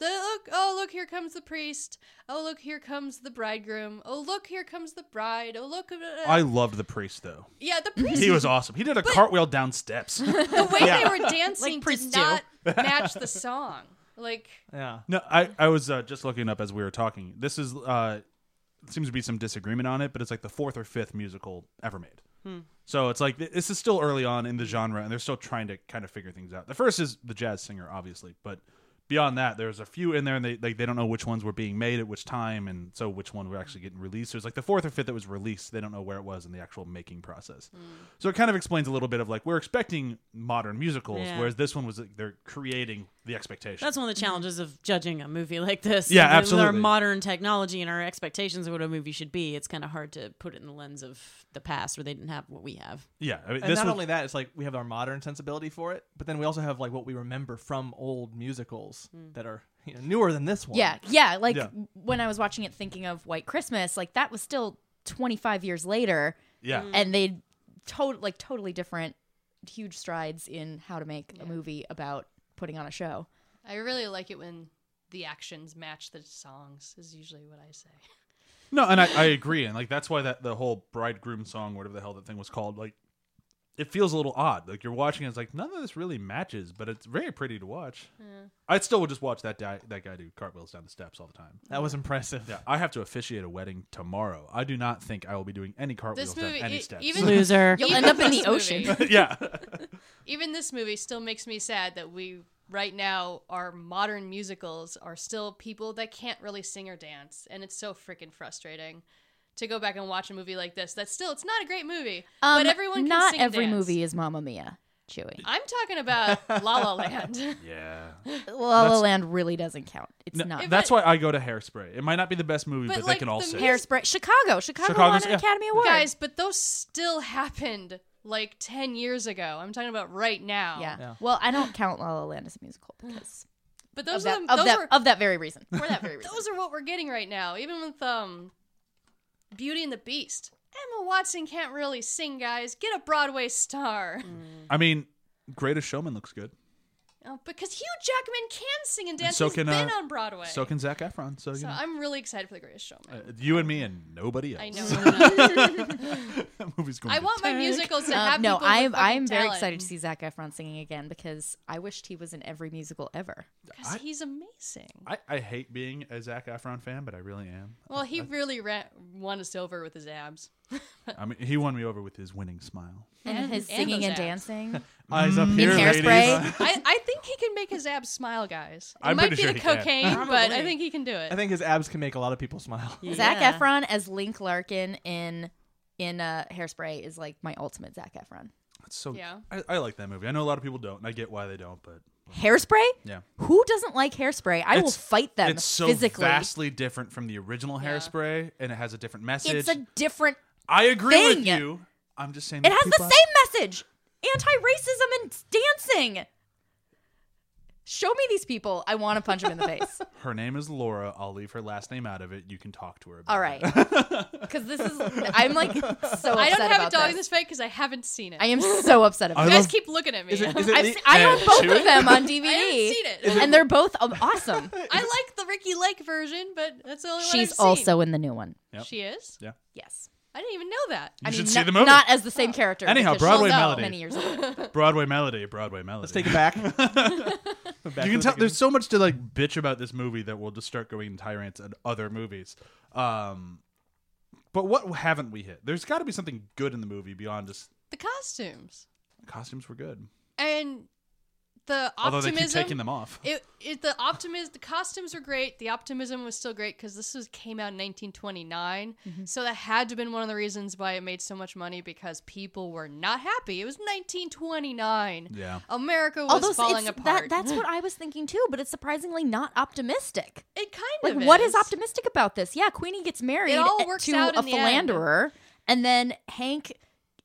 Speaker 4: The, look, oh, look, here comes the priest. Oh, look, here comes the bridegroom. Oh, look, here comes the bride. Oh, look.
Speaker 1: I loved the priest though.
Speaker 4: yeah, the priest
Speaker 1: He was awesome. He did a cartwheel down steps.
Speaker 4: the way
Speaker 5: Yeah.
Speaker 4: they were dancing
Speaker 2: priests
Speaker 4: did
Speaker 2: do.
Speaker 4: not match the song. Like,
Speaker 5: Yeah.
Speaker 1: No, I, I was uh, just looking up as we were talking. This is uh, seems to be some disagreement on it, but it's like the fourth or fifth musical ever made.
Speaker 5: Hmm.
Speaker 1: So it's like th- this is still early on in the genre, and they're still trying to kind of figure things out. The first is the jazz singer, obviously, but beyond that, there's a few in there, and they like they don't know which ones were being made at which time, and so which one were actually getting released. There's like the fourth or fifth that was released. They don't know where it was in the actual making process.
Speaker 5: Hmm.
Speaker 1: So it kind of explains a little bit of like we're expecting modern musicals,
Speaker 2: Yeah.
Speaker 1: whereas this one was like, they're creating the expectation.
Speaker 2: That's one of the challenges of judging a movie like this.
Speaker 1: Yeah,
Speaker 2: I mean, With our
Speaker 1: absolutely.
Speaker 2: modern technology and our expectations of what a movie should be, it's kind of hard to put it in the lens of the past where they didn't have what we have.
Speaker 1: yeah, I mean,
Speaker 5: And
Speaker 1: this
Speaker 5: not
Speaker 1: was,
Speaker 5: only that, it's like we have our modern sensibility for it, but then we also have like what we remember from old musicals that are you know, newer than this one.
Speaker 3: Hmm. Yeah, yeah. Like
Speaker 1: Yeah.
Speaker 3: when I was watching it, thinking of White Christmas, like that was still 25 years later,
Speaker 1: yeah.
Speaker 4: Mm-hmm.
Speaker 3: and they total like totally different, huge strides in how to make a movie about putting on a show.
Speaker 4: I really like it when the actions match the songs. Is usually what I say.
Speaker 1: No, and I, I agree, and like that's why that the whole bridegroom song, whatever the hell that thing was called, like it feels a little odd. Like you're watching, it, it's like none of this really matches, but it's very pretty to watch. I still would just watch that guy, that guy do cartwheels down the steps all the time.
Speaker 5: That was impressive.
Speaker 1: Yeah, I have to officiate a wedding tomorrow. I do not think I will be doing any cartwheels
Speaker 4: This movie,
Speaker 1: down any
Speaker 4: e-
Speaker 1: steps.
Speaker 4: even
Speaker 2: Loser.
Speaker 3: You'll
Speaker 4: even
Speaker 3: end up in
Speaker 4: this
Speaker 3: the ocean.
Speaker 4: movie-
Speaker 1: yeah,
Speaker 4: even this movie still makes me sad that we right now our modern musicals are still people that can't really sing or dance, and it's so freaking frustrating. To go back and watch a movie like this, that's still it's not a great movie, but
Speaker 3: Um,
Speaker 4: everyone can
Speaker 3: not
Speaker 4: sing
Speaker 3: every
Speaker 4: dance.
Speaker 3: movie is Mamma Mia. Chewy.
Speaker 4: I'm talking about La La Land.
Speaker 1: yeah.
Speaker 3: Uh, La La Land really doesn't count. It's
Speaker 1: No,
Speaker 3: not.
Speaker 1: that's why I go to Hairspray. It might not be the best movie, but,
Speaker 4: But,
Speaker 1: they
Speaker 4: like,
Speaker 1: can all
Speaker 4: the
Speaker 1: sing.
Speaker 4: music-
Speaker 3: Hairspray, Chicago, Chicago
Speaker 1: Chicago's-
Speaker 3: won an
Speaker 1: yeah.
Speaker 3: Academy Award.
Speaker 4: Guys, but those still happened like 10 years ago. I'm talking about right now.
Speaker 3: yeah.
Speaker 5: Yeah.
Speaker 3: Well, I don't count La La Land as a musical because
Speaker 4: But
Speaker 3: of
Speaker 4: those
Speaker 3: that,
Speaker 4: are the,
Speaker 3: of,
Speaker 4: those
Speaker 3: that,
Speaker 4: are
Speaker 3: of that very reason. For that very reason.
Speaker 4: those are what we're getting right now. Even with um Beauty and the Beast. Emma Watson can't really sing, guys. Get a Broadway star.
Speaker 3: Mm.
Speaker 1: I mean, Greatest Showman looks good.
Speaker 4: Oh, because Hugh Jackman can sing and
Speaker 1: And
Speaker 4: dance.
Speaker 1: so
Speaker 4: He's
Speaker 1: can,
Speaker 4: been
Speaker 1: uh,
Speaker 4: on Broadway.
Speaker 1: So can Zach Efron. So, you,
Speaker 4: So
Speaker 1: know,
Speaker 4: I'm really excited for the greatest showman.
Speaker 1: uh, you and me and nobody else.
Speaker 4: I know. I'm not-
Speaker 1: that movie's going.
Speaker 4: I
Speaker 1: to
Speaker 4: want my musicals to have
Speaker 3: Um, no,
Speaker 4: people with
Speaker 3: I'm
Speaker 4: fucking
Speaker 3: I'm very
Speaker 4: talent,
Speaker 3: excited to see Zach Efron singing again because I wished he was in every musical ever.
Speaker 4: 'cause he's amazing.
Speaker 1: I, I hate being a Zach Efron fan, but I really am.
Speaker 4: Well, he really ra- won us over with his abs.
Speaker 1: I mean, he won me over with his winning smile.
Speaker 3: And, his
Speaker 4: Mm-hmm. and
Speaker 3: singing
Speaker 4: those
Speaker 3: and
Speaker 4: abs.
Speaker 3: dancing.
Speaker 5: Eyes up here,
Speaker 3: Mm.
Speaker 5: ladies.
Speaker 3: Hairspray.
Speaker 4: I, I think he can make his abs smile, guys. It
Speaker 1: I'm
Speaker 4: might
Speaker 1: pretty
Speaker 4: be
Speaker 1: sure
Speaker 4: the
Speaker 1: he can.
Speaker 4: cocaine, but I think he can do it.
Speaker 5: I think his abs can make a lot of people smile.
Speaker 3: Zach
Speaker 2: Yeah.
Speaker 3: Efron as Link Larkin in in uh, Hairspray is like my ultimate Zach Efron.
Speaker 1: That's so.
Speaker 4: Yeah.
Speaker 1: I, I like that movie. I know a lot of people don't, and I get why they don't, but
Speaker 3: Hairspray?
Speaker 1: yeah.
Speaker 3: Who doesn't like Hairspray? I will
Speaker 1: It's-
Speaker 3: fight them
Speaker 1: It's so
Speaker 3: physically.
Speaker 1: vastly different from the original Hairspray, and it has a different message.
Speaker 3: It's a different.
Speaker 1: I agree with
Speaker 3: thing.
Speaker 1: you. I'm just saying.
Speaker 3: It
Speaker 1: that
Speaker 3: has the
Speaker 1: people-
Speaker 3: same message: anti-racism and dancing. Show me these people. I want to punch them in the face.
Speaker 1: Her name is Laura. I'll leave her last name out of it. You can talk to her. About
Speaker 3: All right, because this is I'm like so. Upset
Speaker 4: I don't have a
Speaker 3: about
Speaker 4: dog in
Speaker 3: this.
Speaker 4: this fight because I haven't seen it.
Speaker 3: I am so upset
Speaker 1: I
Speaker 3: about
Speaker 4: you
Speaker 3: it.
Speaker 4: guys
Speaker 1: love-
Speaker 4: keep looking at me.
Speaker 5: Is it, is it
Speaker 3: I've
Speaker 5: le-
Speaker 3: seen, I
Speaker 1: Uh,
Speaker 3: own both
Speaker 1: Chewy?
Speaker 3: of them on
Speaker 4: I
Speaker 3: DVD,
Speaker 4: haven't seen it.
Speaker 3: and they're both um, awesome.
Speaker 4: I like the Ricky Lake version, but that's the only one I've
Speaker 3: She's
Speaker 4: seen.
Speaker 3: also in the new one.
Speaker 1: Yep.
Speaker 4: She is.
Speaker 3: Yes,
Speaker 4: I didn't even know that.
Speaker 1: You should
Speaker 3: mean,
Speaker 1: see
Speaker 3: not,
Speaker 1: the movie.
Speaker 3: Not as the
Speaker 4: Oh.
Speaker 3: same character.
Speaker 1: Anyhow,
Speaker 3: because she's
Speaker 1: Broadway
Speaker 3: so
Speaker 1: Melody.
Speaker 3: Many years old.
Speaker 1: Broadway Melody. Broadway Melody.
Speaker 5: Let's take it back. Back
Speaker 1: you
Speaker 5: to
Speaker 1: can
Speaker 5: the
Speaker 1: tell
Speaker 5: beginning.
Speaker 1: there's so much to like bitch about this movie that we'll just start going in tyrants and other movies. Um, but what haven't we hit? There's got to be something good in the movie beyond just
Speaker 4: The costumes
Speaker 1: costumes were good.
Speaker 4: and the
Speaker 1: Although they keep
Speaker 4: optimism.
Speaker 1: taking them off.
Speaker 4: It, it the optimism the costumes were great the optimism was still great because this was came out in 1929
Speaker 3: Mm-hmm.
Speaker 4: so that had to have been one of the reasons why it made so much money because people were not happy it was 1929
Speaker 1: Yeah.
Speaker 4: America was
Speaker 3: Although it's-
Speaker 4: falling
Speaker 3: it's-
Speaker 4: apart
Speaker 3: That, that's what I was thinking too, but it's surprisingly not optimistic.
Speaker 4: it kind
Speaker 3: Like,
Speaker 4: of
Speaker 3: what
Speaker 4: is.
Speaker 3: is optimistic about this? Yeah, Queenie gets married
Speaker 4: all works
Speaker 3: to
Speaker 4: out
Speaker 3: a
Speaker 4: in the end.
Speaker 3: philanderer, and then Hank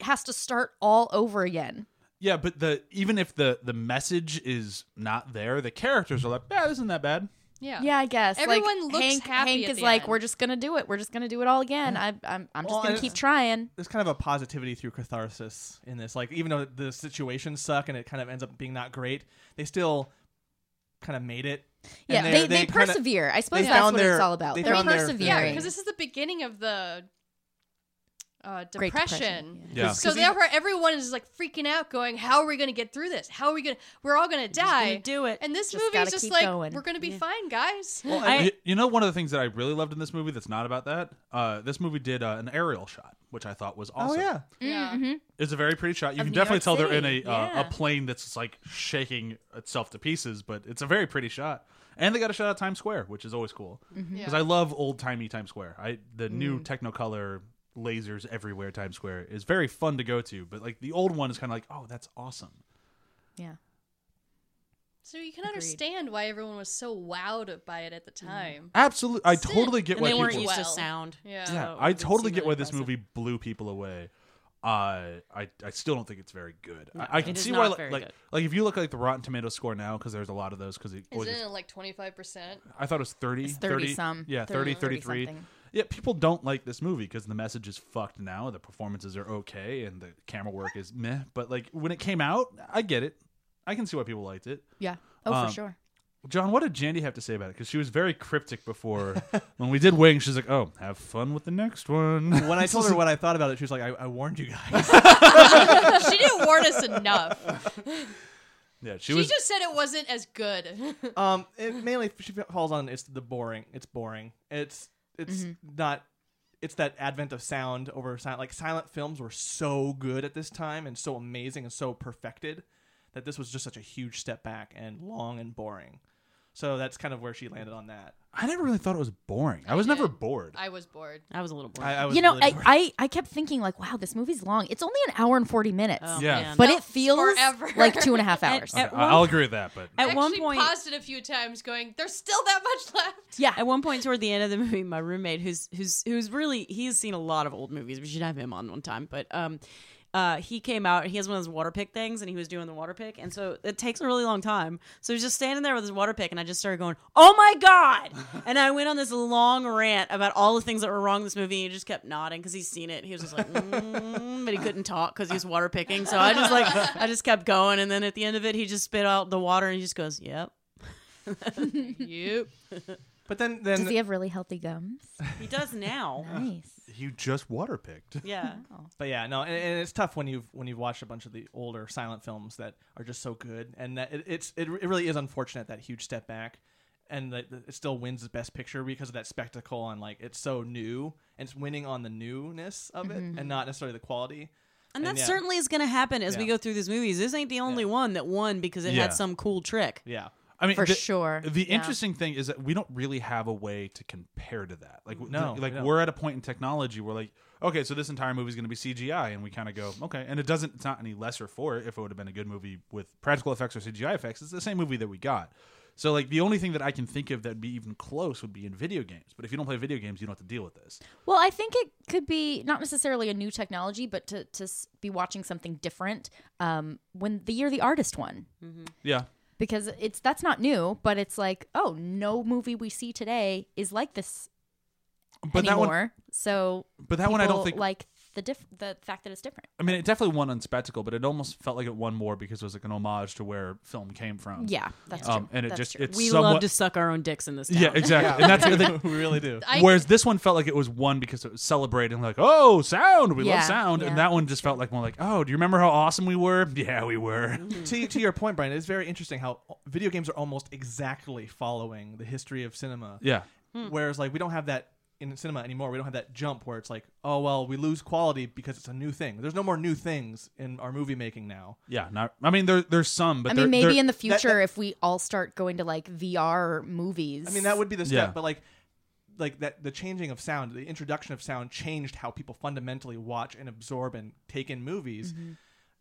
Speaker 3: has to start all over again.
Speaker 1: Yeah, but the even if the the message is not there, the characters are like, yeah, this isn't that bad.
Speaker 4: yeah
Speaker 3: Yeah, I guess. Like,
Speaker 4: Everyone looks
Speaker 3: Hank,
Speaker 4: happy
Speaker 3: Hank
Speaker 4: at
Speaker 3: is
Speaker 4: the
Speaker 3: like,
Speaker 4: end.
Speaker 3: we're just gonna do it. We're just gonna do it all again. I, I'm, I'm just
Speaker 5: Well,
Speaker 3: gonna
Speaker 5: and-
Speaker 3: keep trying.
Speaker 5: there's kind of a positivity through catharsis in this. Like even though the situations suck and it kind of ends up being not great, they still kind of made it.
Speaker 3: Yeah,
Speaker 5: And
Speaker 3: they, they,
Speaker 5: kinda-
Speaker 3: persevere. I suppose
Speaker 5: they
Speaker 3: that's
Speaker 5: found
Speaker 3: what
Speaker 5: their-
Speaker 3: it's all about.
Speaker 5: they
Speaker 3: They're
Speaker 5: found their thing.
Speaker 3: persevering.
Speaker 4: yeah because this is the beginning of the uh, depression.
Speaker 3: Great
Speaker 1: Yeah.
Speaker 4: So therefore, everyone is like freaking out, going, "How are we going to get through this? How are we going? to We're all going to
Speaker 2: Just gonna
Speaker 4: die."
Speaker 2: do it.
Speaker 4: and this
Speaker 3: Just
Speaker 4: movie
Speaker 3: gotta
Speaker 4: is just
Speaker 3: keep
Speaker 4: like,
Speaker 3: going.
Speaker 4: "We're going to be
Speaker 2: Yeah.
Speaker 4: fine, guys."
Speaker 1: You-
Speaker 2: I,
Speaker 1: you know, one of the things that I really loved in this movie that's not about that. Uh, this movie did uh, an aerial shot, which I thought was
Speaker 5: Oh
Speaker 1: awesome.
Speaker 5: yeah,
Speaker 4: yeah.
Speaker 3: Mm-hmm.
Speaker 1: It's a very pretty shot. You
Speaker 3: Of
Speaker 1: can
Speaker 3: New
Speaker 1: definitely
Speaker 3: York
Speaker 1: tell they're in a
Speaker 3: City,
Speaker 1: uh,
Speaker 2: yeah.
Speaker 1: a plane that's just, like shaking itself to pieces, but it's a very pretty shot. And they got a shot at Times Square, which is always cool
Speaker 2: Mm-hmm.
Speaker 1: because
Speaker 3: Mm-hmm.
Speaker 1: I love old timey Times Square. I the new Technicolor lasers everywhere Times Square is very fun to go to, but like the old one is kind of like, oh, that's awesome.
Speaker 3: Yeah.
Speaker 4: So you can understand why everyone was so wowed by it at the
Speaker 3: Mm-hmm.
Speaker 4: time.
Speaker 1: Absolutely, I totally get
Speaker 2: and
Speaker 1: why
Speaker 2: they weren't
Speaker 1: people.
Speaker 2: used to
Speaker 4: Well,
Speaker 2: sound.
Speaker 4: yeah.
Speaker 2: so
Speaker 1: yeah,
Speaker 2: it
Speaker 1: I
Speaker 2: didn't
Speaker 1: totally
Speaker 2: seem
Speaker 1: get
Speaker 2: really
Speaker 1: why this
Speaker 2: impressive.
Speaker 1: movie blew people away. Uh, I I still don't think it's very good. I, I
Speaker 2: it
Speaker 1: can
Speaker 2: is
Speaker 1: see why
Speaker 2: not
Speaker 1: like
Speaker 2: very
Speaker 1: like,
Speaker 2: good.
Speaker 1: like, if you look at like the Rotten Tomato score now because there's a lot of those because it
Speaker 4: Isn't
Speaker 1: always
Speaker 4: it like twenty five percent?
Speaker 1: I thought it was 30,
Speaker 3: It's 30 some.
Speaker 1: Yeah, 30,
Speaker 3: 30,
Speaker 1: 33.
Speaker 3: 30-something.
Speaker 1: yeah, people don't like this movie because the message is fucked now. The performances are okay and the camera work is meh. But like when it came out, I get it. I can see why people liked it.
Speaker 3: Yeah. Oh,
Speaker 1: Um,
Speaker 3: for sure.
Speaker 1: John, what did Jandy have to say about it? Because she was very cryptic before. when we did Wing, she's like, oh, have fun with the next one.
Speaker 5: when I told her what I thought about it, she was like, "I, I warned you guys."
Speaker 4: she didn't warn us enough.
Speaker 1: yeah, she
Speaker 4: She
Speaker 1: was.
Speaker 4: just said it wasn't as good.
Speaker 5: um, it mainly she falls on it's the boring. It's boring. It's it's
Speaker 3: Mm-hmm.
Speaker 5: not. It's that advent of sound over sound. Like silent films were so good at this time and so amazing and so perfected that this was just such a huge step back and long and boring. So that's kind of where she landed on that.
Speaker 1: I never really thought it was boring. I was never bored.
Speaker 4: I was bored.
Speaker 2: I was a little bored.
Speaker 5: I, I was
Speaker 3: You know,
Speaker 5: really
Speaker 3: I,
Speaker 5: bored.
Speaker 3: I, I kept thinking like, wow, this movie's long. It's only an hour and forty minutes,
Speaker 2: Oh,
Speaker 1: Yeah.
Speaker 2: man.
Speaker 3: but
Speaker 4: Felt
Speaker 3: it feels
Speaker 4: forever.
Speaker 3: like two and a half hours.
Speaker 2: at
Speaker 1: Okay,
Speaker 2: one-
Speaker 1: I- I'll agree with that, but
Speaker 2: at
Speaker 4: I
Speaker 2: one
Speaker 4: actually
Speaker 2: point,
Speaker 4: paused it a few times, going, "There's still that much left."
Speaker 3: yeah.
Speaker 2: At one point toward the end of the movie, my roommate, who's who's who's really he's seen a lot of old movies. We should have him on one time, but um, uh, he came out. He has one of those water pick things, and he was doing the water pick, and so it takes a really long time. So he's just standing there with his water pick, and I just started going, "Oh my god!" and I went on this long rant about all the things that were wrong in this movie. And he just kept nodding because he's seen it. He was just like, mm, but he couldn't talk because he was water picking. So I just like I just kept going, and then at the end of it, he just spit out the water, and he just goes, "Yep."
Speaker 4: Yep.
Speaker 5: But then, then
Speaker 3: Does he have really healthy gums?
Speaker 2: He does now.
Speaker 3: Nice.
Speaker 1: you just water picked.
Speaker 2: Yeah.
Speaker 5: But yeah, no, and, and it's tough when you've when you've watched a bunch of the older silent films that are just so good, and that it, it's it, it really is unfortunate that huge step back, and that that it still wins the best picture because of that spectacle and like it's so new and it's winning on the newness of it and not necessarily the quality.
Speaker 2: And that
Speaker 5: yeah.
Speaker 2: certainly is going to happen as we
Speaker 5: Yeah.
Speaker 2: go through these movies. This ain't the only one that won because it
Speaker 1: Yeah.
Speaker 2: had some cool trick.
Speaker 5: Yeah,
Speaker 1: I mean,
Speaker 3: For
Speaker 1: the-
Speaker 3: sure.
Speaker 1: The
Speaker 3: Yeah.
Speaker 1: interesting thing is that we don't really have a way to compare to that. Like, w-
Speaker 5: No,
Speaker 1: th- like
Speaker 5: we don't.
Speaker 1: we're at a point in technology where like, okay, so this entire movie is going to be CGI, and we kind of go, okay, and it doesn't. It's not any lesser for it if it would have been a good movie with practical effects or CGI effects. It's the same movie that we got. So like the only thing that I can think of that'd be even close would be in video games. But if you don't play video games, you don't have to deal with this.
Speaker 3: Well, I think it could be not necessarily a new technology, but to, to s- be watching something different. Um, when the year the artist won,
Speaker 1: Yeah.
Speaker 3: because it's that's not new, but it's like, oh, no movie we see today is like this
Speaker 1: But that
Speaker 3: anymore.
Speaker 1: one,
Speaker 3: so
Speaker 1: but that one, I don't
Speaker 3: people
Speaker 1: think.
Speaker 3: like the diff- the fact that it's different.
Speaker 1: I mean, it definitely won on Spectacle, but it almost felt like it won more because it was like an homage to where film came from.
Speaker 3: Yeah, that's
Speaker 1: Um,
Speaker 3: true.
Speaker 1: and it
Speaker 3: That's
Speaker 1: just
Speaker 3: true.
Speaker 1: it's
Speaker 2: we
Speaker 1: somewhat,
Speaker 2: love to suck our own dicks in this. Town.
Speaker 1: yeah, exactly. and that's the thing.
Speaker 5: we really do.
Speaker 4: I,
Speaker 1: Whereas this one felt like it was one because it was celebrating, like, oh, sound, we love
Speaker 3: Yeah,
Speaker 1: sound.
Speaker 3: yeah.
Speaker 1: And that one just felt like more like, oh, do you remember how awesome we were? Yeah, we were.
Speaker 3: Mm-hmm.
Speaker 5: to, to your point, Brian, it's very interesting how video games are almost exactly following the history of cinema.
Speaker 1: Yeah.
Speaker 5: Whereas, like, we don't have that in cinema anymore. We don't have that jump where it's like, oh, well, we lose quality because it's a new thing. There's no more new things in our movie making now.
Speaker 1: Yeah. Not, I mean, there, there's some, but
Speaker 3: I
Speaker 1: they're-
Speaker 3: mean, maybe
Speaker 1: they're-
Speaker 3: in the
Speaker 5: that-
Speaker 3: future, if we all start going to like VR movies,
Speaker 5: I mean, that would be the step,
Speaker 1: Yeah.
Speaker 5: but like, like that the changing of sound, the introduction of sound changed how people fundamentally watch and absorb and take in movies,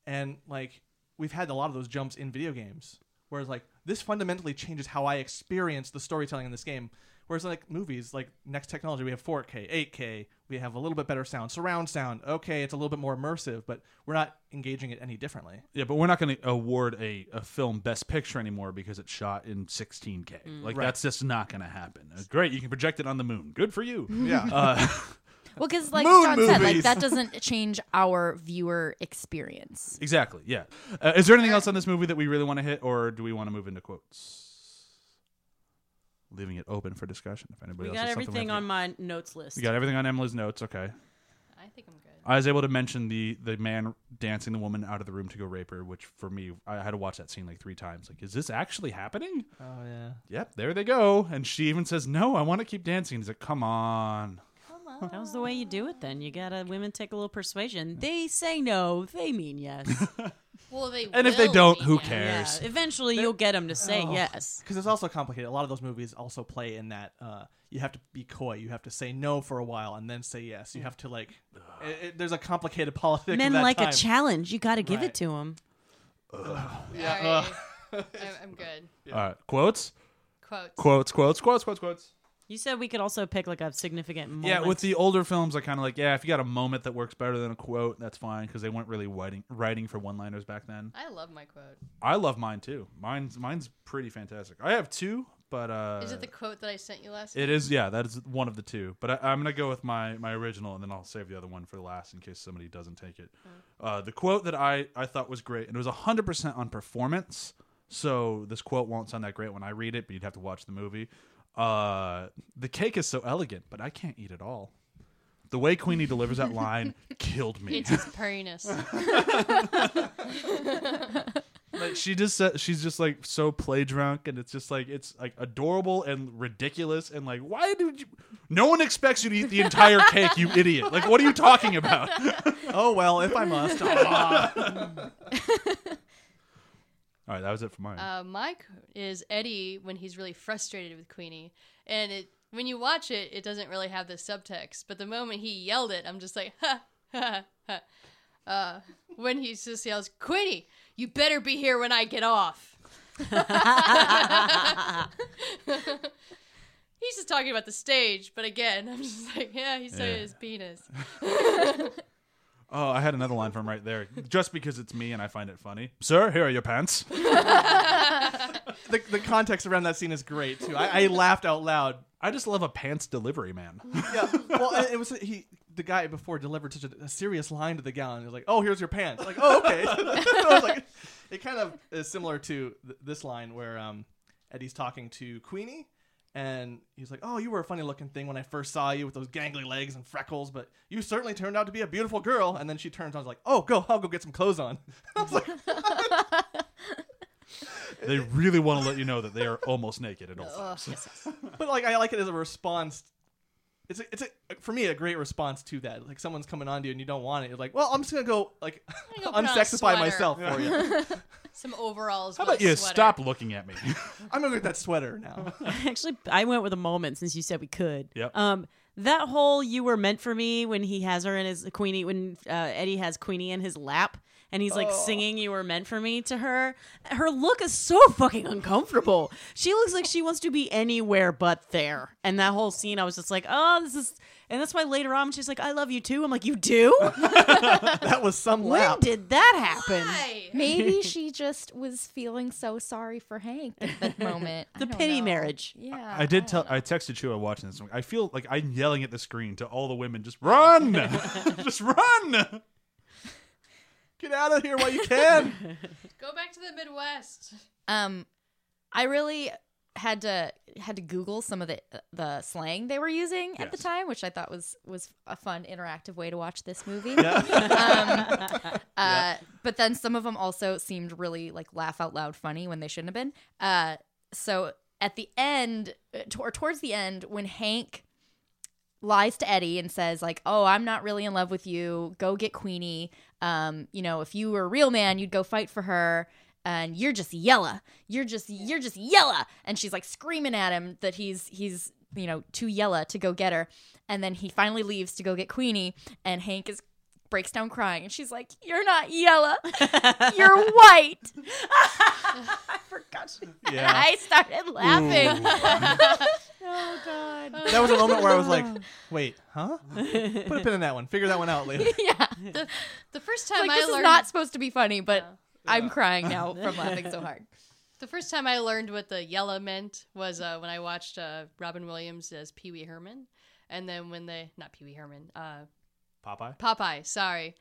Speaker 5: and like we've had a lot of those jumps in video games. Whereas like this fundamentally changes how I experience the storytelling in this game. Whereas like movies, like next technology, we have 4K, 8K, we have a little bit better sound, surround sound. Okay, it's a little bit more immersive, but we're not engaging it any differently.
Speaker 1: Yeah, but we're not going to award a, a film Best Picture anymore because it's shot in 16K.
Speaker 3: Mm,
Speaker 1: like,
Speaker 5: Right.
Speaker 1: that's just not going to happen. Uh, Great. You can project it on the moon. Good for you.
Speaker 3: Mm-hmm.
Speaker 5: Yeah.
Speaker 1: Uh,
Speaker 3: well, because like
Speaker 5: Moon
Speaker 3: John said, like
Speaker 5: movies.
Speaker 3: that doesn't change our viewer experience.
Speaker 1: exactly. Yeah. Uh, is there anything else on this movie that we really want to hit, or do we want to move into quotes? Leaving it open for discussion. If anybody
Speaker 2: we
Speaker 1: else
Speaker 2: got
Speaker 1: has something we
Speaker 2: everything
Speaker 1: have
Speaker 2: on
Speaker 1: to-
Speaker 2: my notes list.
Speaker 1: You got everything on Emily's notes. Okay.
Speaker 4: I think I'm good.
Speaker 1: I was able to mention the the man dancing the woman out of the room to go rape her, which for me, I had to watch that scene like three times. Like, is this actually happening?
Speaker 5: Oh yeah.
Speaker 1: Yep, there they go. And she even says, "No, I want to keep dancing." He's like, "Come on."
Speaker 2: That was the way you do it. Then you gotta women take a little persuasion. They say no, they mean yes.
Speaker 4: Well, they
Speaker 1: And if they
Speaker 4: will
Speaker 1: don't,
Speaker 4: be
Speaker 1: who
Speaker 4: now.
Speaker 2: yeah.
Speaker 1: cares?
Speaker 2: Eventually, you'll get them to say yes.
Speaker 5: because it's also complicated. A lot of those movies also play in that uh, you have to be coy, you have to say no for a while and then say yes. You have to like, it, it- there's a complicated politics. of
Speaker 2: Men
Speaker 5: that
Speaker 2: like
Speaker 5: time.
Speaker 2: a challenge. You gotta give
Speaker 5: Right.
Speaker 2: it to them.
Speaker 4: All right. I- I'm good.
Speaker 1: All right, quotes,
Speaker 4: Quotes.
Speaker 1: quotes, quotes, quotes, quotes, quotes.
Speaker 2: You said we could also pick like a significant moment.
Speaker 1: Yeah, with the older films, I kind of like. Yeah, if you got a moment that works better than a quote, that's fine because they weren't really writing writing for one liners back then.
Speaker 4: I love my quote.
Speaker 1: I love mine too. Mine's mine's pretty fantastic. I have two, but uh,
Speaker 4: Is it the quote that I sent you last?
Speaker 1: It is, yeah. That is one of the two. But I, I'm gonna go with my my original, and then I'll save the other one for last in case somebody doesn't take it. Uh, the quote that I I thought was great, and it was 100 percent on performance. So this quote won't sound that great when I read it, but you'd have to watch the movie. Uh, the cake is so elegant, but I can't eat it all. The way Queenie delivers that line killed me.
Speaker 4: It's his periness.
Speaker 1: like she just said she's just like so play drunk and it's just like it's like adorable and ridiculous and like why did you no one expects you to eat the entire cake you idiot like what are you talking about all
Speaker 5: Oh well, if I must. Ah.
Speaker 1: right that was it for mine
Speaker 4: Uh, my quote is Eddie when he's really frustrated with Queenie, and it when you watch it, it doesn't really have the subtext. But the moment he yelled it, I'm just like, ha, ha, ha. Uh, when he just yells, Queenie, you better be here when I get off. He's just talking about the stage, but again, I'm just like, yeah, he's talking
Speaker 1: Yeah.
Speaker 4: about his penis.
Speaker 1: oh i had another line from right there just because it's me and i find it funny sir here are your pants
Speaker 5: the, the context around that scene is great too. I, I laughed out loud.
Speaker 1: i just love a pants delivery man
Speaker 5: Yeah. Well, it, it was he. The guy before delivered such a, a serious line to the gal, and he was like, "Oh, here's your pants." Like, "Oh, okay." I was like, it kind of is similar to th- this line where um, Eddie's talking to Queenie, and he's like, "Oh, you were a funny-looking thing when I first saw you with those gangly legs and freckles, but you certainly turned out to be a beautiful girl." And then she turns on, like, "Oh, go, I'll go get some clothes on." I was like,
Speaker 1: they really want to let you know that they are almost naked at all times
Speaker 5: but like I like it as a response. It's a, it's a, for me a great response to that. Like someone's coming on to you and you don't want it. You're like, well, I'm just gonna go like
Speaker 4: I'm gonna go put on a
Speaker 5: unsexify
Speaker 4: sweater.
Speaker 5: myself for you.
Speaker 4: Some overalls.
Speaker 1: how
Speaker 4: with
Speaker 1: about
Speaker 4: a
Speaker 1: you
Speaker 4: sweater.
Speaker 1: stop looking at me
Speaker 5: I'm gonna get that sweater now.
Speaker 2: Actually, I went with a moment since you said we could.
Speaker 1: Yep.
Speaker 2: Um, that whole "you were meant for me" when he has her in his Queenie, when uh, Eddie has Queenie in his lap, and he's like
Speaker 5: Oh.
Speaker 2: singing "You Were Meant for Me" to her. Her look is so fucking uncomfortable. She looks like she wants to be anywhere but there. And that whole scene, I was just like, oh, this is. And that's why later on she's like, "I love you too." I'm like, "You do?
Speaker 5: that was some
Speaker 2: when
Speaker 5: lap.
Speaker 2: did that happen?"
Speaker 4: Why?
Speaker 3: Maybe she just was feeling so sorry for Hank at that moment. I
Speaker 2: The
Speaker 3: don't
Speaker 2: pity
Speaker 3: know.
Speaker 2: marriage.
Speaker 3: Yeah.
Speaker 1: I did tell. I texted Chua watching this. I feel like I'm yelling at the screen to all the women. Just run, just run.
Speaker 5: Get out of here while you can.
Speaker 4: Go back to the Midwest.
Speaker 3: Um, I really had to had to Google some of the the slang they were using at the
Speaker 1: Yes.
Speaker 3: time, which I thought was was a fun interactive way to watch this movie. Uh, But then some of them also seemed really like laugh out loud funny when they shouldn't have been. Uh, so at the end, uh, t- or towards the end, when Hank lies to Eddie and says like, "Oh, I'm not really in love with you. Go get Queenie. Um, you know, if you were a real man, you'd go fight for her." And you're just yella. You're just you're just yella. And she's like screaming at him that he's he's you know too yella to go get her. And then he finally leaves to go get Queenie. And Hank is breaks down crying. And she's like, "You're not yella. You're white." I forgot. She-
Speaker 5: Yeah.
Speaker 3: I started laughing.
Speaker 2: Oh God.
Speaker 5: that was a moment where I was like, wait, huh? Put a pin in that one. Figure that one out later.
Speaker 3: yeah.
Speaker 4: The first time
Speaker 3: like
Speaker 4: I
Speaker 3: this
Speaker 4: learned
Speaker 3: is not supposed to be funny, but
Speaker 4: Yeah.
Speaker 3: I'm crying now from laughing so hard.
Speaker 4: the first time I learned what the yellow meant was uh, when I watched uh, Robin Williams as Pee Wee Herman, and then when they not Pee Wee Herman, uh,
Speaker 1: Popeye.
Speaker 4: Popeye, sorry.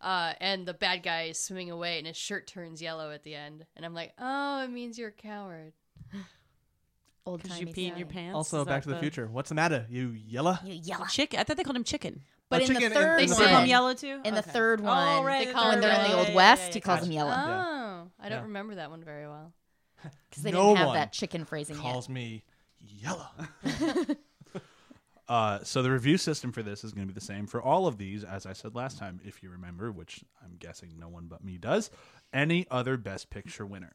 Speaker 4: Uh, and the bad guy is swimming away, and his shirt turns yellow at the end. And I'm like, oh, it means you're a coward.
Speaker 3: Old
Speaker 2: Did you pee in your pants?
Speaker 5: Also,
Speaker 2: Is
Speaker 5: Back
Speaker 2: that
Speaker 5: to the Future. What's the matter, you yella?
Speaker 3: You yella.
Speaker 2: Chicken. I thought they called him chicken.
Speaker 3: But
Speaker 5: Oh,
Speaker 3: in the
Speaker 5: chicken in-
Speaker 3: third
Speaker 5: in the
Speaker 2: They
Speaker 5: third
Speaker 2: call him
Speaker 3: one,
Speaker 5: one.
Speaker 2: yellow too.
Speaker 3: in the
Speaker 2: Okay.
Speaker 3: third one,
Speaker 2: Oh, right,
Speaker 4: they
Speaker 2: the
Speaker 4: call
Speaker 3: when
Speaker 2: third
Speaker 3: they're
Speaker 2: one.
Speaker 3: in the
Speaker 2: Yeah,
Speaker 3: Old
Speaker 2: yeah,
Speaker 3: West,
Speaker 2: yeah, yeah.
Speaker 3: he calls them yella
Speaker 4: Oh, I don't
Speaker 5: Yeah.
Speaker 4: remember that one very well.
Speaker 3: because they
Speaker 5: No
Speaker 3: didn't have
Speaker 5: one
Speaker 3: that chicken phrasing
Speaker 5: Calls me yella.
Speaker 1: Uh, so the review system for this is going to be the same for all of these, as I said last time, if you remember, which I'm guessing no one but me does. Any other Best Picture winner?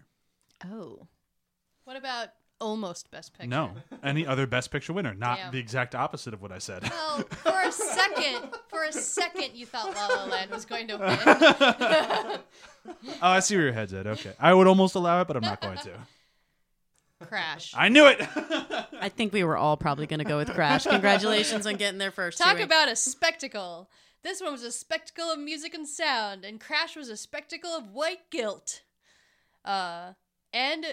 Speaker 3: yet. Oh,
Speaker 4: What about almost best picture?
Speaker 1: No, any other Best Picture winner. Not
Speaker 4: Damn.
Speaker 1: the exact opposite of what I said.
Speaker 4: Well, for a second, for a second, you thought La La Land was going to win.
Speaker 1: Oh, I see where your head's at. Okay, I would almost allow it, but I'm not going to.
Speaker 4: Crash.
Speaker 1: I knew it.
Speaker 2: I think we were all probably going to go with Crash. Congratulations on getting there first.
Speaker 4: Talk
Speaker 2: Huey.
Speaker 4: about a spectacle. This one was a spectacle of music and sound, and Crash was a spectacle of white guilt. Uh, and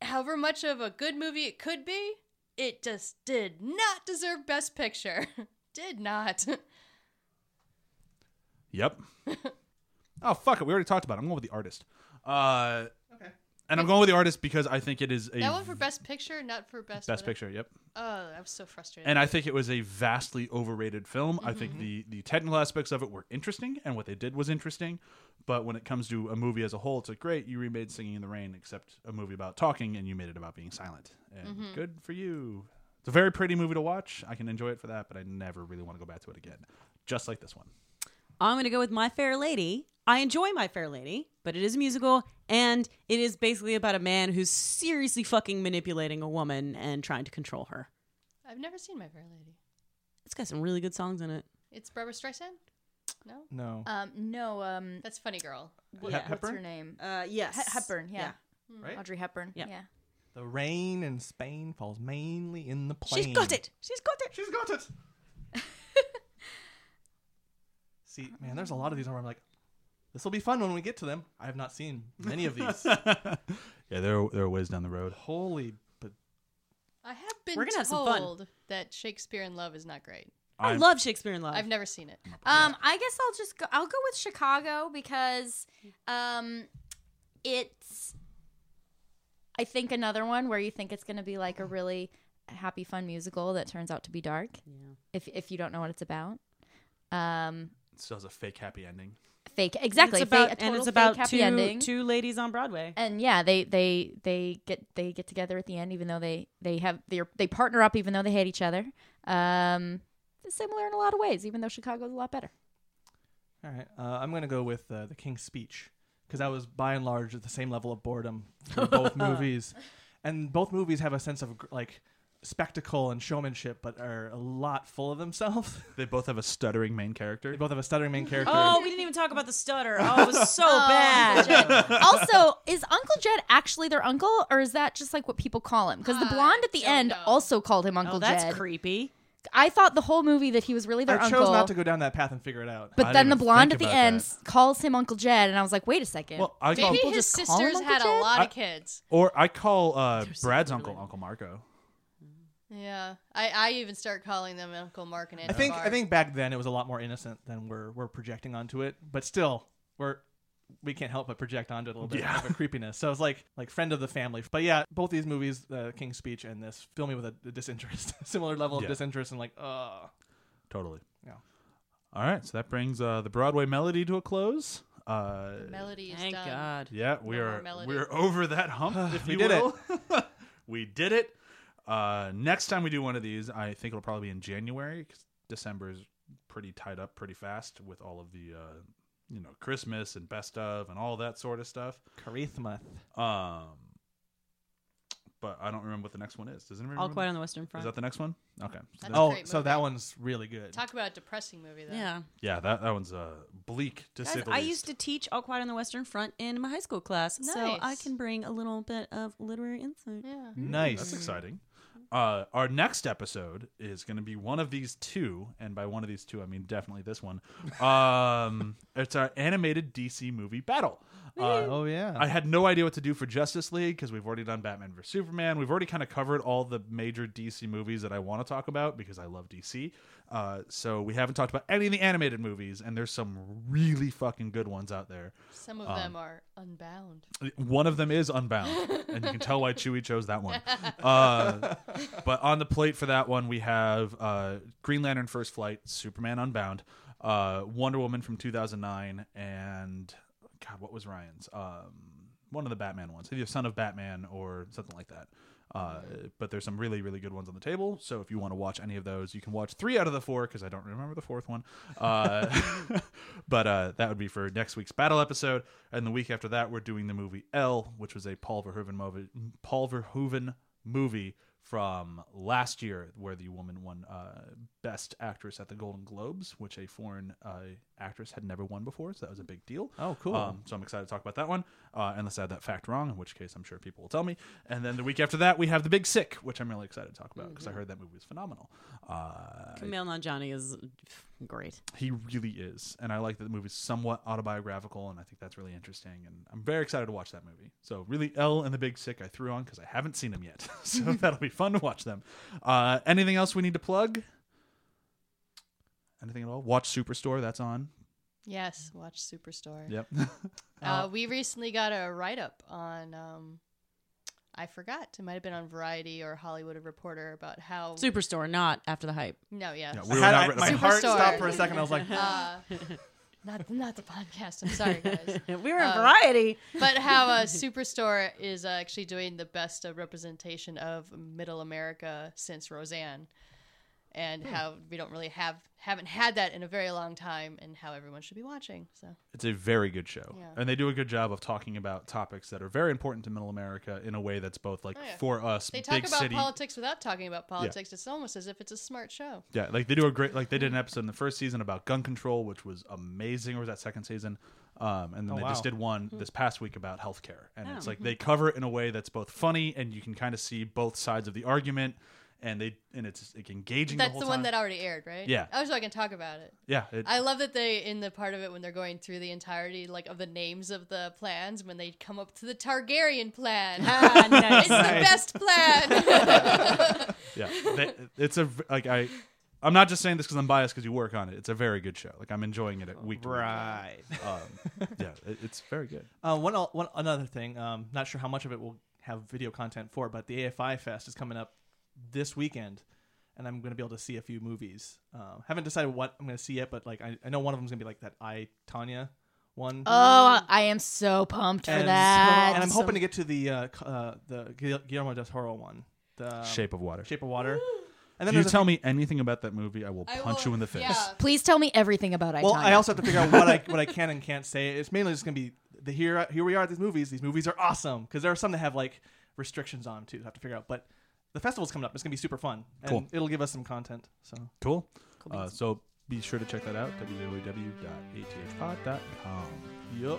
Speaker 4: however much of a good movie it could be, it just did not deserve Best Picture. did not.
Speaker 1: Yep. oh fuck it, we already talked about it. I'm going with the artist. Uh, And I'm going with the artist because I think it is a
Speaker 4: that one for Best Picture, not for Best.
Speaker 1: best
Speaker 4: whatever.
Speaker 1: picture. Yep.
Speaker 4: Oh, I'm so frustrated.
Speaker 1: And I think it was a vastly overrated film. I
Speaker 4: Mm-hmm.
Speaker 1: think the the technical aspects of it were interesting, and what they did was interesting. But when it comes to a movie as a whole, it's like great you remade Singing in the Rain, except a movie about talking, and you made it about being silent. And
Speaker 4: Mm-hmm.
Speaker 1: good for you. It's a very pretty movie to watch. I can enjoy it for that, but I never really want to go back to it again. Just like this one.
Speaker 2: I'm going to go with My Fair Lady. I enjoy My Fair Lady, but it is a musical and it is basically about a man who's seriously fucking manipulating a woman and trying to control her.
Speaker 4: I've never seen My Fair Lady.
Speaker 2: It's got some really good songs in it.
Speaker 4: It's Barbara Streisand. No,
Speaker 5: No.
Speaker 3: um, no, um,
Speaker 4: that's Funny Girl.
Speaker 3: what-
Speaker 2: Yeah.
Speaker 3: what's
Speaker 5: Hepburn? Hmm.
Speaker 3: her name?
Speaker 2: Uh, yes.
Speaker 3: He- Hepburn, yeah.
Speaker 5: Right?
Speaker 3: Audrey Hepburn,
Speaker 2: Yeah.
Speaker 3: yeah.
Speaker 5: The rain in Spain falls mainly in the plain.
Speaker 2: She's got it. She's got it.
Speaker 5: She's got it. See, man, there's a lot of these where I'm like, this will be fun when we get to them. I have not seen many of these.
Speaker 1: Yeah, they're they're a ways down the road.
Speaker 5: Holy, but
Speaker 4: I have been
Speaker 2: We're gonna have some
Speaker 4: told
Speaker 2: fun.
Speaker 4: that Shakespeare in Love is not great.
Speaker 2: I
Speaker 1: I'm-
Speaker 2: love Shakespeare in Love.
Speaker 4: I've never seen it.
Speaker 3: Um, I guess I'll just go. I'll go with Chicago because, um, it's. I think another one where you think it's going to be like a really happy, fun musical that turns out to be dark. If if you don't know what it's about, um,
Speaker 1: Still has a fake happy ending.
Speaker 3: fake exactly.
Speaker 2: It's about,
Speaker 3: fake, a
Speaker 2: and
Speaker 3: total
Speaker 2: it's about
Speaker 3: fake happy
Speaker 2: two,
Speaker 3: ending.
Speaker 2: two ladies on Broadway.
Speaker 3: and yeah, they they they get they get together at the end, even though they they have they they partner up, even though they hate each other. Um, similar in a lot of ways, even though Chicago's a lot better.
Speaker 5: all right, uh, I'm gonna go with uh, the King's Speech because I was by and large at the same level of boredom for both movies, and both movies have a sense of gr- like spectacle and showmanship, but are a lot full of themselves.
Speaker 1: They both have a stuttering main character.
Speaker 5: they both have a stuttering main character.
Speaker 2: Oh, we didn't even talk about the stutter. Oh, it was so
Speaker 3: Oh,
Speaker 2: bad.
Speaker 3: Uncle Jed. also, is Uncle Jed actually their uncle, or is that just like what people call him? Because the blonde at the
Speaker 4: don't
Speaker 3: end
Speaker 4: know.
Speaker 3: also called him Uncle
Speaker 2: Oh, that's
Speaker 3: Jed.
Speaker 2: creepy.
Speaker 3: I thought the whole movie that he was really
Speaker 5: I
Speaker 3: their uncle.
Speaker 5: chose not to go down that path and figure it out.
Speaker 1: I
Speaker 3: but
Speaker 1: didn't
Speaker 3: then the
Speaker 1: even
Speaker 3: blonde at
Speaker 1: think
Speaker 3: the
Speaker 1: about
Speaker 3: end
Speaker 1: that.
Speaker 3: s- calls him Uncle Jed, and I was like, wait a second.
Speaker 1: well, I call,
Speaker 4: Maybe
Speaker 3: people
Speaker 4: his
Speaker 3: just call him
Speaker 4: sisters
Speaker 3: Uncle
Speaker 4: had a
Speaker 3: Jed?
Speaker 4: lot
Speaker 1: I-
Speaker 4: of kids.
Speaker 1: or I call uh,
Speaker 2: There's
Speaker 1: Brad's
Speaker 2: something
Speaker 1: uncle
Speaker 2: related.
Speaker 1: Uncle Marco.
Speaker 4: Yeah, I, I even start calling them Uncle Mark and Aunt
Speaker 5: I think I
Speaker 4: Barb.
Speaker 5: think back then it was a lot more innocent than we're we're projecting onto it. But still, we're we can't help but project onto it a little bit
Speaker 1: Yeah.
Speaker 5: of a creepiness. So it's like like friend of the family. But yeah, both these movies, uh, King's Speech and this, fill me with a, a disinterest, similar level of
Speaker 1: Yeah.
Speaker 5: disinterest, and like, uh
Speaker 1: Totally.
Speaker 5: Yeah.
Speaker 1: All right, so that brings uh, the Broadway melody to a close. Uh,
Speaker 4: Melody is
Speaker 2: Thank
Speaker 4: done.
Speaker 2: God.
Speaker 1: yeah, we
Speaker 4: No more
Speaker 1: are
Speaker 4: melody.
Speaker 1: we are over that hump. if
Speaker 5: We
Speaker 1: you
Speaker 5: did it.
Speaker 1: will. it. we did it. Uh, next time we do one of these, I think it'll probably be in January 'cause December is pretty tied up pretty fast with all of the uh, you know Christmas and best of and all that sort of stuff.
Speaker 5: Karithma.
Speaker 1: Um, but I don't remember what the next one is. Does anybody
Speaker 2: All
Speaker 1: remember?
Speaker 2: Quiet on the Western
Speaker 1: Is
Speaker 2: Front.
Speaker 1: that the next one? Okay. So
Speaker 4: I
Speaker 1: that-
Speaker 5: Oh,
Speaker 4: great
Speaker 5: so
Speaker 4: movie.
Speaker 5: that one's really good.
Speaker 4: Talk about a depressing movie though.
Speaker 2: yeah.
Speaker 1: yeah, that, that one's uh, bleak to say
Speaker 2: Guys,
Speaker 1: the
Speaker 2: I
Speaker 1: least.
Speaker 2: used to teach All Quiet on the Western Front in my high school class, so I
Speaker 4: Nice.
Speaker 2: can bring a little bit of literary insight.
Speaker 4: Yeah.
Speaker 1: That's
Speaker 5: Nice.
Speaker 2: Mm-hmm.
Speaker 1: exciting. Uh, our next episode is going to be one of these two, and by one of these two, I mean definitely this one. Um, it's our animated DC movie battle. Uh,
Speaker 5: Oh yeah.
Speaker 1: I had no idea what to do for Justice League because we've already done Batman vs Superman. We've already kind of covered all the major DC movies that I want to talk about because I love DC. Uh, so we haven't talked about any of the animated movies, and there's some really fucking good ones out there.
Speaker 4: Some
Speaker 1: Um,
Speaker 4: of them are unbound.
Speaker 1: One of them is Unbound, and you can tell why Chewie chose that one. Uh, but on the plate for that one, we have uh, Green Lantern First Flight, Superman Unbound, uh, Wonder Woman from 2009, and God, what was Ryan's? Um, one of the Batman ones, either Son of Batman or something like that. Uh, but there's some really, really good ones on the table. So if you want to watch any of those, you can watch three out of the four because I don't remember the fourth one. Uh, but uh, that would be for next week's battle episode. And the week after that, we're doing the movie L, which was a Paul Verhoeven movie, Paul Verhoeven movie from last year, where the woman won uh, Best Actress at the Golden Globes, which a foreign uh, actress had never won before. So that was a big deal.
Speaker 5: Oh, cool.
Speaker 1: Um, so I'm excited to talk about that one, uh, unless I had that fact wrong, in which case I'm sure people will tell me. And then the week after that, we have The Big Sick, which I'm really excited to talk
Speaker 5: Mm-hmm.
Speaker 1: about because I heard that movie was phenomenal. Uh,
Speaker 2: Camille Nanjani is great.
Speaker 1: he really is, and I like that the movie's somewhat autobiographical, and I think that's really interesting. And I'm very excited to watch that movie. So really, L and The Big Sick I threw on because I haven't seen them yet, so that'll be fun to watch them. Uh, anything else we need to plug? Anything at all? Watch Superstore. That's on.
Speaker 4: Yes, Mm. watch Superstore.
Speaker 1: Yep.
Speaker 4: Uh, we recently got a write up on um I forgot. It might have been on Variety or Hollywood Reporter about how
Speaker 2: Superstore, not after the hype.
Speaker 4: No, yes.
Speaker 1: Yeah,
Speaker 5: I
Speaker 1: we-
Speaker 5: had-
Speaker 1: not
Speaker 5: I-
Speaker 1: ready
Speaker 5: my
Speaker 1: for
Speaker 4: that.
Speaker 5: heart
Speaker 4: Superstar.
Speaker 5: stopped for a second. I was like,
Speaker 4: uh, not not the podcast. I'm sorry guys.
Speaker 2: We were in
Speaker 4: Uh,
Speaker 2: variety.
Speaker 4: but how uh, Superstore is uh, actually doing the best uh, representation of Middle America since Roseanne, and
Speaker 1: Hmm.
Speaker 4: how we don't really have haven't had that in a very long time, and how everyone should be watching. So
Speaker 1: It's a very good show.
Speaker 4: Yeah.
Speaker 1: And they do a good job of talking about topics that are very important to middle America in a way that's both like
Speaker 4: Oh, yeah.
Speaker 1: for us
Speaker 4: they talk
Speaker 1: big
Speaker 4: about
Speaker 1: city.
Speaker 4: politics without talking about politics. It's almost as if it's a smart show.
Speaker 1: yeah, like they do a great like they did an episode in the first season about gun control, which was amazing, or was that second season? Um, and then
Speaker 5: Oh,
Speaker 1: they
Speaker 5: wow.
Speaker 1: just did
Speaker 4: Hmm.
Speaker 1: one this past week about healthcare. And it's
Speaker 2: Oh.
Speaker 1: like they
Speaker 4: Mm-hmm.
Speaker 1: cover it in a way that's both funny and you can kind of see both sides of the argument and they and it's like engaging
Speaker 4: That's
Speaker 1: the whole
Speaker 4: the, one
Speaker 1: time.
Speaker 4: that already aired, right?
Speaker 1: Yeah.
Speaker 4: Oh, so I can talk about it.
Speaker 1: yeah, it,
Speaker 4: I love that they in the part of it when they're going through the entirety like of the names of the plans when they come up to the Targaryen plan.
Speaker 2: Ah,
Speaker 4: It's
Speaker 2: nice.
Speaker 4: the best plan.
Speaker 1: yeah they, it's a v- like I I'm not just saying this cuz I'm biased cuz you work on it. It's a very good show. Like I'm enjoying it at week to week.
Speaker 5: right.
Speaker 1: um, yeah, it, it's very good.
Speaker 5: Uh, one, al- one another thing. Um, not sure how much of it will have video content for, but the AFI Fest is coming up this weekend, and I'm going to be able to see a few movies. Um, haven't decided what I'm going to see yet, but like I, I know one of them's going to be like that I Tanya one.
Speaker 2: um,
Speaker 3: oh, I am so pumped for
Speaker 5: and,
Speaker 3: that.
Speaker 5: and I'm hoping to get to the uh, c- uh, the Guil- Guillermo del Toro one, the um,
Speaker 1: Shape of Water.
Speaker 5: Shape of Water. And
Speaker 1: if you
Speaker 5: there's a
Speaker 1: tell me anything about that movie, I will punch you in the face.
Speaker 4: Yeah.
Speaker 3: Please tell me everything about I.
Speaker 5: Well, I
Speaker 3: Tanya.
Speaker 5: also have to figure out what I what I can and can't say. It's mainly just gonna be the here here we are at these movies. These movies are awesome because there are some that have like restrictions on 'em, too. I have to figure out, but the festival's coming up. It's gonna be super fun, and
Speaker 1: Cool.
Speaker 5: it'll give us some content. So
Speaker 1: Cool.
Speaker 2: Cool
Speaker 1: Uh,
Speaker 2: beans.
Speaker 1: so be sure to check that out www.athpod.com.
Speaker 5: yep,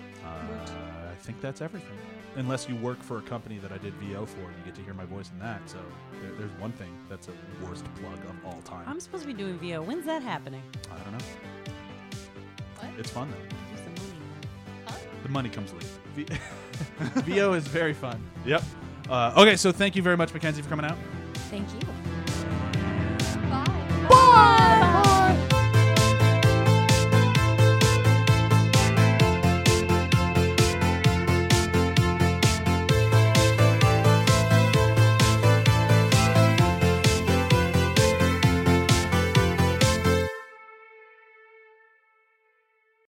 Speaker 1: Uh, I think that's everything. Unless you work for a company that I did VO for, and you get to hear my voice in that. So there, there's one thing that's a worst plug of all time.
Speaker 2: I'm supposed to be doing VO. When's that happening?
Speaker 1: I don't know.
Speaker 4: What?
Speaker 1: It's fun though.
Speaker 2: Where's the money?
Speaker 1: The money comes late.
Speaker 5: v- VO is very fun.
Speaker 1: Yep. Uh, okay, so thank you very much, Mackenzie, for coming out.
Speaker 3: Thank you.